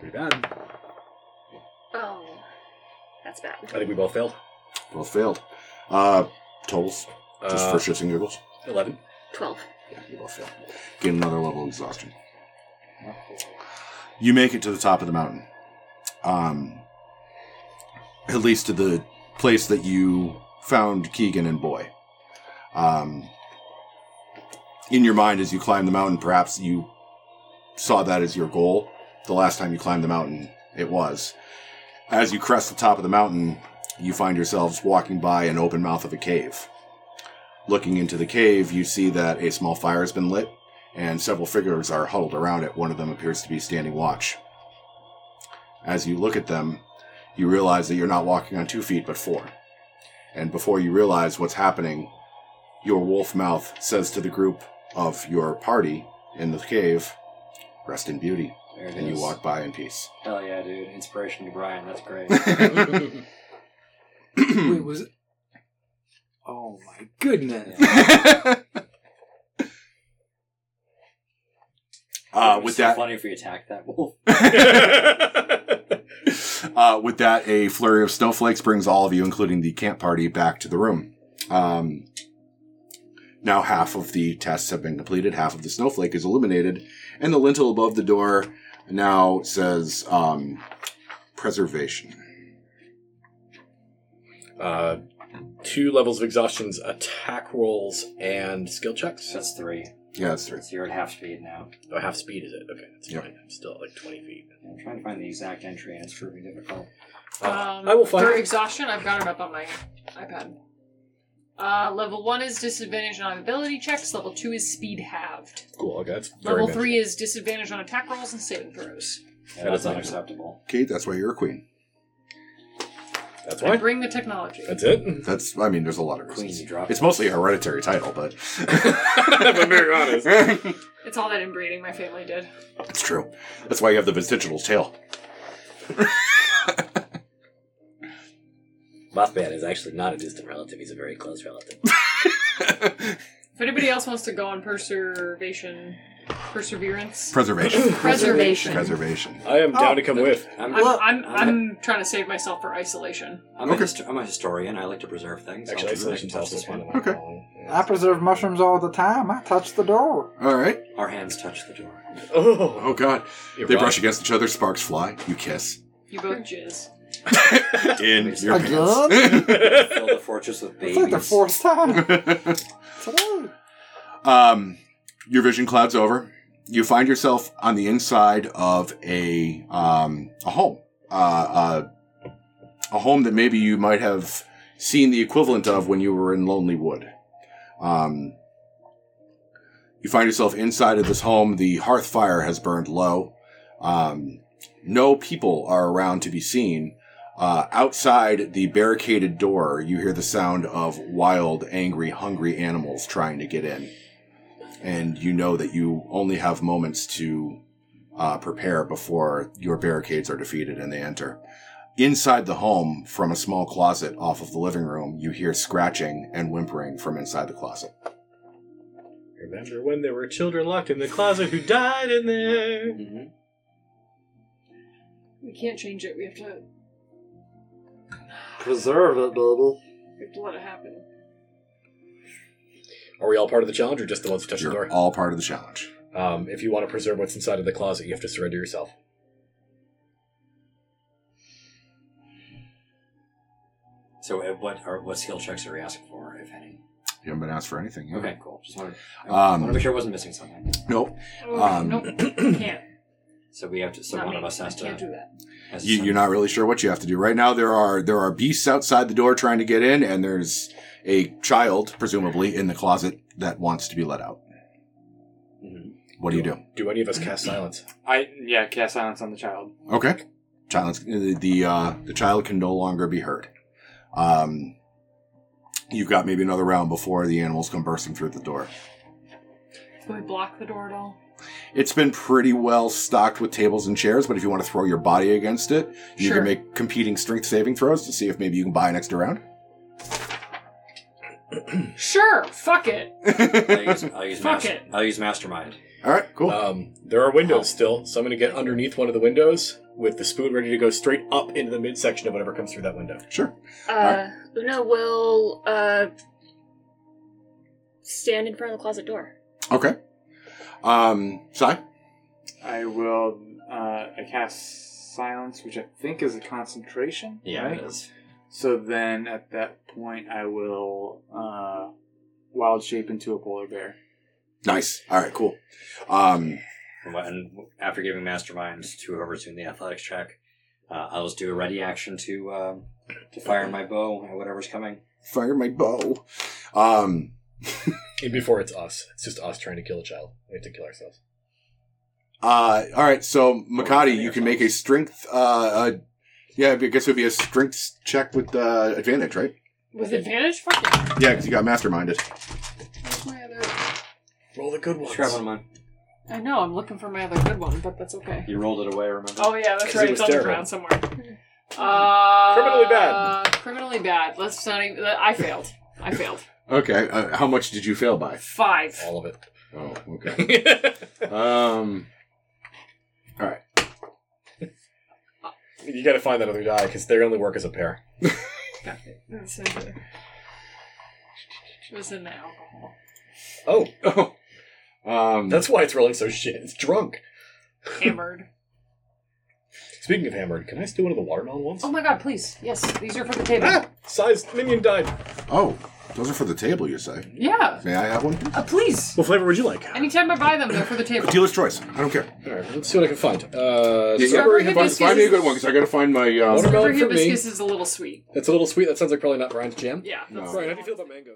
Speaker 4: Pretty bad.
Speaker 6: Oh, that's bad.
Speaker 4: I think we both failed.
Speaker 1: Both failed. Uh, totals, just
Speaker 4: Uh,
Speaker 1: for shits and giggles.
Speaker 4: 11.
Speaker 6: Twelve.
Speaker 1: Yeah, you both failed. Get another level of exhaustion. You make it to the top of the mountain. Um, at least to the place that you found Keegan and Boy. Um, in your mind, as you climb the mountain, perhaps you saw that as your goal. The last time you climbed the mountain, it was. As you crest the top of the mountain, you find yourselves walking by an open mouth of a cave. Looking into the cave, you see that a small fire has been lit, and several figures are huddled around it. One of them appears to be standing watch. As you look at them, you realize that you're not walking on two feet, but four. And before you realize what's happening, your wolf mouth says to the group of your party in the cave, Rest in beauty.
Speaker 2: There it
Speaker 1: And you
Speaker 2: is.
Speaker 1: walk by in peace.
Speaker 2: Hell yeah, dude! Inspiration to Brian. That's great.
Speaker 5: Wait, was it? Oh my goodness.
Speaker 1: uh, with
Speaker 2: so
Speaker 1: that,
Speaker 2: funny if we attack that wolf.
Speaker 1: uh, with that, a flurry of snowflakes brings all of you, including the camp party, back to the room. Um, now, half of the tests have been completed, half of the snowflake is eliminated, and the lintel above the door now says um, preservation.
Speaker 4: Uh, two levels of exhaustions, attack rolls, and skill checks.
Speaker 2: That's three.
Speaker 1: Yeah, that's true.
Speaker 2: So you're at half speed now.
Speaker 4: Oh, half speed is it? Okay, that's
Speaker 1: Yep.
Speaker 4: fine. I'm still at like 20 feet.
Speaker 2: I'm trying to find the exact entry, and it's proving difficult.
Speaker 4: Uh,
Speaker 3: Um,
Speaker 4: I will find
Speaker 3: For exhaustion, I've got it up on my iPad. Uh, level one is disadvantage on ability checks. Level two is speed halved.
Speaker 4: Cool, okay, that's very
Speaker 3: Level
Speaker 4: manageable.
Speaker 3: three is disadvantage on attack rolls and saving throws.
Speaker 2: Yeah,
Speaker 4: That
Speaker 2: that's
Speaker 4: is
Speaker 2: unacceptable.
Speaker 1: Okay, that's why you're a queen.
Speaker 4: That's
Speaker 3: I
Speaker 4: fine.
Speaker 3: bring the technology.
Speaker 4: That's it.
Speaker 1: That's, I mean, there's a lot of
Speaker 2: Queens,
Speaker 1: reasons.
Speaker 2: you drop.
Speaker 1: It's mostly a hereditary title, but.
Speaker 4: If I'm being honest.
Speaker 3: It's all that inbreeding my family did.
Speaker 1: It's true. That's why you have the vestigial tail.
Speaker 8: Mothman is actually not a distant relative, he's a very close relative.
Speaker 3: If anybody else wants to go on preservation, perseverance,
Speaker 1: Preservation.
Speaker 3: preservation.
Speaker 1: Preservation.
Speaker 4: I am
Speaker 7: Oh.
Speaker 4: down to come with.
Speaker 2: I'm,
Speaker 3: I'm,
Speaker 2: I'm,
Speaker 3: I'm, I'm trying to save myself for isolation.
Speaker 2: I'm, a histo- I'm a historian. I like to preserve things.
Speaker 4: Actually,
Speaker 2: I'll just
Speaker 4: isolation's
Speaker 2: touch
Speaker 4: also
Speaker 2: this
Speaker 4: one of
Speaker 2: one.
Speaker 4: my
Speaker 1: Okay.
Speaker 4: calling.
Speaker 7: I preserve mushrooms all the time. I touch the door.
Speaker 1: All right.
Speaker 2: Our hands touch the door.
Speaker 1: Oh,
Speaker 4: Oh,
Speaker 1: God.
Speaker 4: you're
Speaker 1: They
Speaker 4: right.
Speaker 1: brush against each other, sparks fly, you kiss.
Speaker 3: You both jizz.
Speaker 1: In your
Speaker 7: Again?
Speaker 1: pants.
Speaker 2: Fill the fortress with
Speaker 7: It's
Speaker 2: babies.
Speaker 7: like the fourth time today.
Speaker 1: um, your vision clouds over. You find yourself on the inside of a um, a home, uh, uh, a home that maybe you might have seen the equivalent of when you were in Lonely Wood. Um, you find yourself inside of this home. The hearth fire has burned low. Um, no people are around to be seen. Uh, outside the barricaded door, you hear the sound of wild, angry, hungry animals trying to get in. And you know that you only have moments to uh, prepare before your barricades are defeated and they enter. Inside the home, from a small closet off of the living room, you hear scratching and whimpering from inside the closet.
Speaker 4: Remember when there were children locked in the closet who died in there?
Speaker 2: hmm
Speaker 3: We can't change it. We have to.
Speaker 5: Preserve it, baby.
Speaker 3: We have to let it happen.
Speaker 4: Are we all part of the challenge or just the ones who touch the
Speaker 1: You're
Speaker 4: door?
Speaker 1: all part of the challenge.
Speaker 4: Um, if you want to preserve what's inside of the closet, you have to surrender yourself.
Speaker 2: So uh, what are what skill checks are we asking for, if any?
Speaker 1: You haven't been asked for anything. yet.
Speaker 2: Okay, cool. Just wanted, I
Speaker 1: Um,
Speaker 2: want to make sure I wasn't missing something.
Speaker 1: Nope.
Speaker 3: Oh,
Speaker 1: Um,
Speaker 3: nope, can't.
Speaker 2: So we have to. So
Speaker 3: Not
Speaker 2: one
Speaker 3: me.
Speaker 2: of us has
Speaker 3: I can't
Speaker 2: to.
Speaker 3: do that.
Speaker 2: Has to
Speaker 1: You, you're not really sure what you have to do right now. There are there are beasts outside the door trying to get in, and there's a child presumably in the closet that wants to be let out.
Speaker 7: Mm-hmm.
Speaker 2: Mhm.
Speaker 1: What do you do?
Speaker 4: Do any of us cast silence?
Speaker 7: I yeah, cast silence on the child.
Speaker 1: Okay. Child, the the, uh, the child can no longer be heard. Um, you've got maybe another round before the animals come bursting through the door.
Speaker 3: Can we block the door at all?
Speaker 1: It's been pretty well stocked with tables and chairs, but if you want to throw your body against it, you
Speaker 3: Sure.
Speaker 1: can make competing strength saving throws to see if maybe you can buy an extra round.
Speaker 3: Sure, fuck it.
Speaker 2: I'll use, I'll use,
Speaker 3: Fuck
Speaker 2: master,
Speaker 3: it.
Speaker 2: I'll use mastermind.
Speaker 1: All right, cool.
Speaker 4: Um, there are windows still, so I'm going to get underneath one of the windows with the spoon ready to go straight up into the midsection of whatever comes through that window.
Speaker 1: sure.
Speaker 6: Uh, Una will uh stand in front of the closet door.
Speaker 1: Okay. Um, Sai?
Speaker 7: I will uh, I cast silence, which I think is a concentration.
Speaker 2: Yeah,
Speaker 7: right?
Speaker 2: it is.
Speaker 7: So then at that point, I will uh, wild shape into a polar bear.
Speaker 1: Nice. All right, cool. Um,
Speaker 2: And wha- And after giving mastermind to whoever's doing the athletics check, uh, I'll just do a ready action to um, to fire my bow at whatever's coming.
Speaker 1: fire my bow. Um,
Speaker 4: And before it's us, it's just us trying to kill a child. We have to kill ourselves.
Speaker 1: uh, all right, so Makati,
Speaker 2: yeah,
Speaker 1: you can make a strength. Uh, uh, yeah, I guess it would be a strength check with uh, advantage, right?
Speaker 3: With advantage? Fuck it.
Speaker 1: Yeah, because you got masterminded.
Speaker 3: Where's my other?
Speaker 4: Roll the good
Speaker 2: Just grab one of mine.
Speaker 3: I know I'm looking for my other good one, but that's okay.
Speaker 2: You rolled it away, remember?
Speaker 3: Oh yeah, that's
Speaker 4: 'Cause it
Speaker 3: right. It's
Speaker 4: was
Speaker 3: on the
Speaker 4: terrible.
Speaker 3: ground somewhere. Uh,
Speaker 4: Criminally bad.
Speaker 3: Criminally bad. Let's not even. I failed. I failed.
Speaker 1: Okay, uh, how much did you fail by?
Speaker 3: Five.
Speaker 4: All of
Speaker 1: Oh, okay.
Speaker 4: it.
Speaker 1: Um,
Speaker 4: you got to find that other guy because they only work as a pair.
Speaker 3: That's in there. It was in the alcohol.
Speaker 4: Oh,
Speaker 1: oh, um,
Speaker 4: that's why it's rolling so shit. It's drunk.
Speaker 3: Hammered.
Speaker 4: Speaking of hammered, can I steal one of the watermelon ones?
Speaker 3: Oh my god, please. Yes, these are for the table.
Speaker 4: ah, size minion died.
Speaker 1: oh, those are for the table, you say.
Speaker 3: Yeah.
Speaker 1: May I have one?
Speaker 3: Uh, please.
Speaker 4: What flavor would you like?
Speaker 3: Anytime I buy them, they're for the table.
Speaker 1: Dealer's choice. I don't care.
Speaker 4: All right, let's see what I can find. Uh,
Speaker 1: Yeah, yeah.
Speaker 4: strawberry
Speaker 3: Strawberry
Speaker 1: Find,
Speaker 4: hibiscus.
Speaker 1: find me a good one because I got to find my. Um,
Speaker 4: Watermelon
Speaker 3: Strawberry
Speaker 4: for me.
Speaker 3: hibiscus is a little sweet.
Speaker 4: That's a little sweet. That sounds like probably not Ryan's jam.
Speaker 3: Yeah.
Speaker 1: No.
Speaker 3: that's-
Speaker 4: Ryan, how do you feel about mangoes?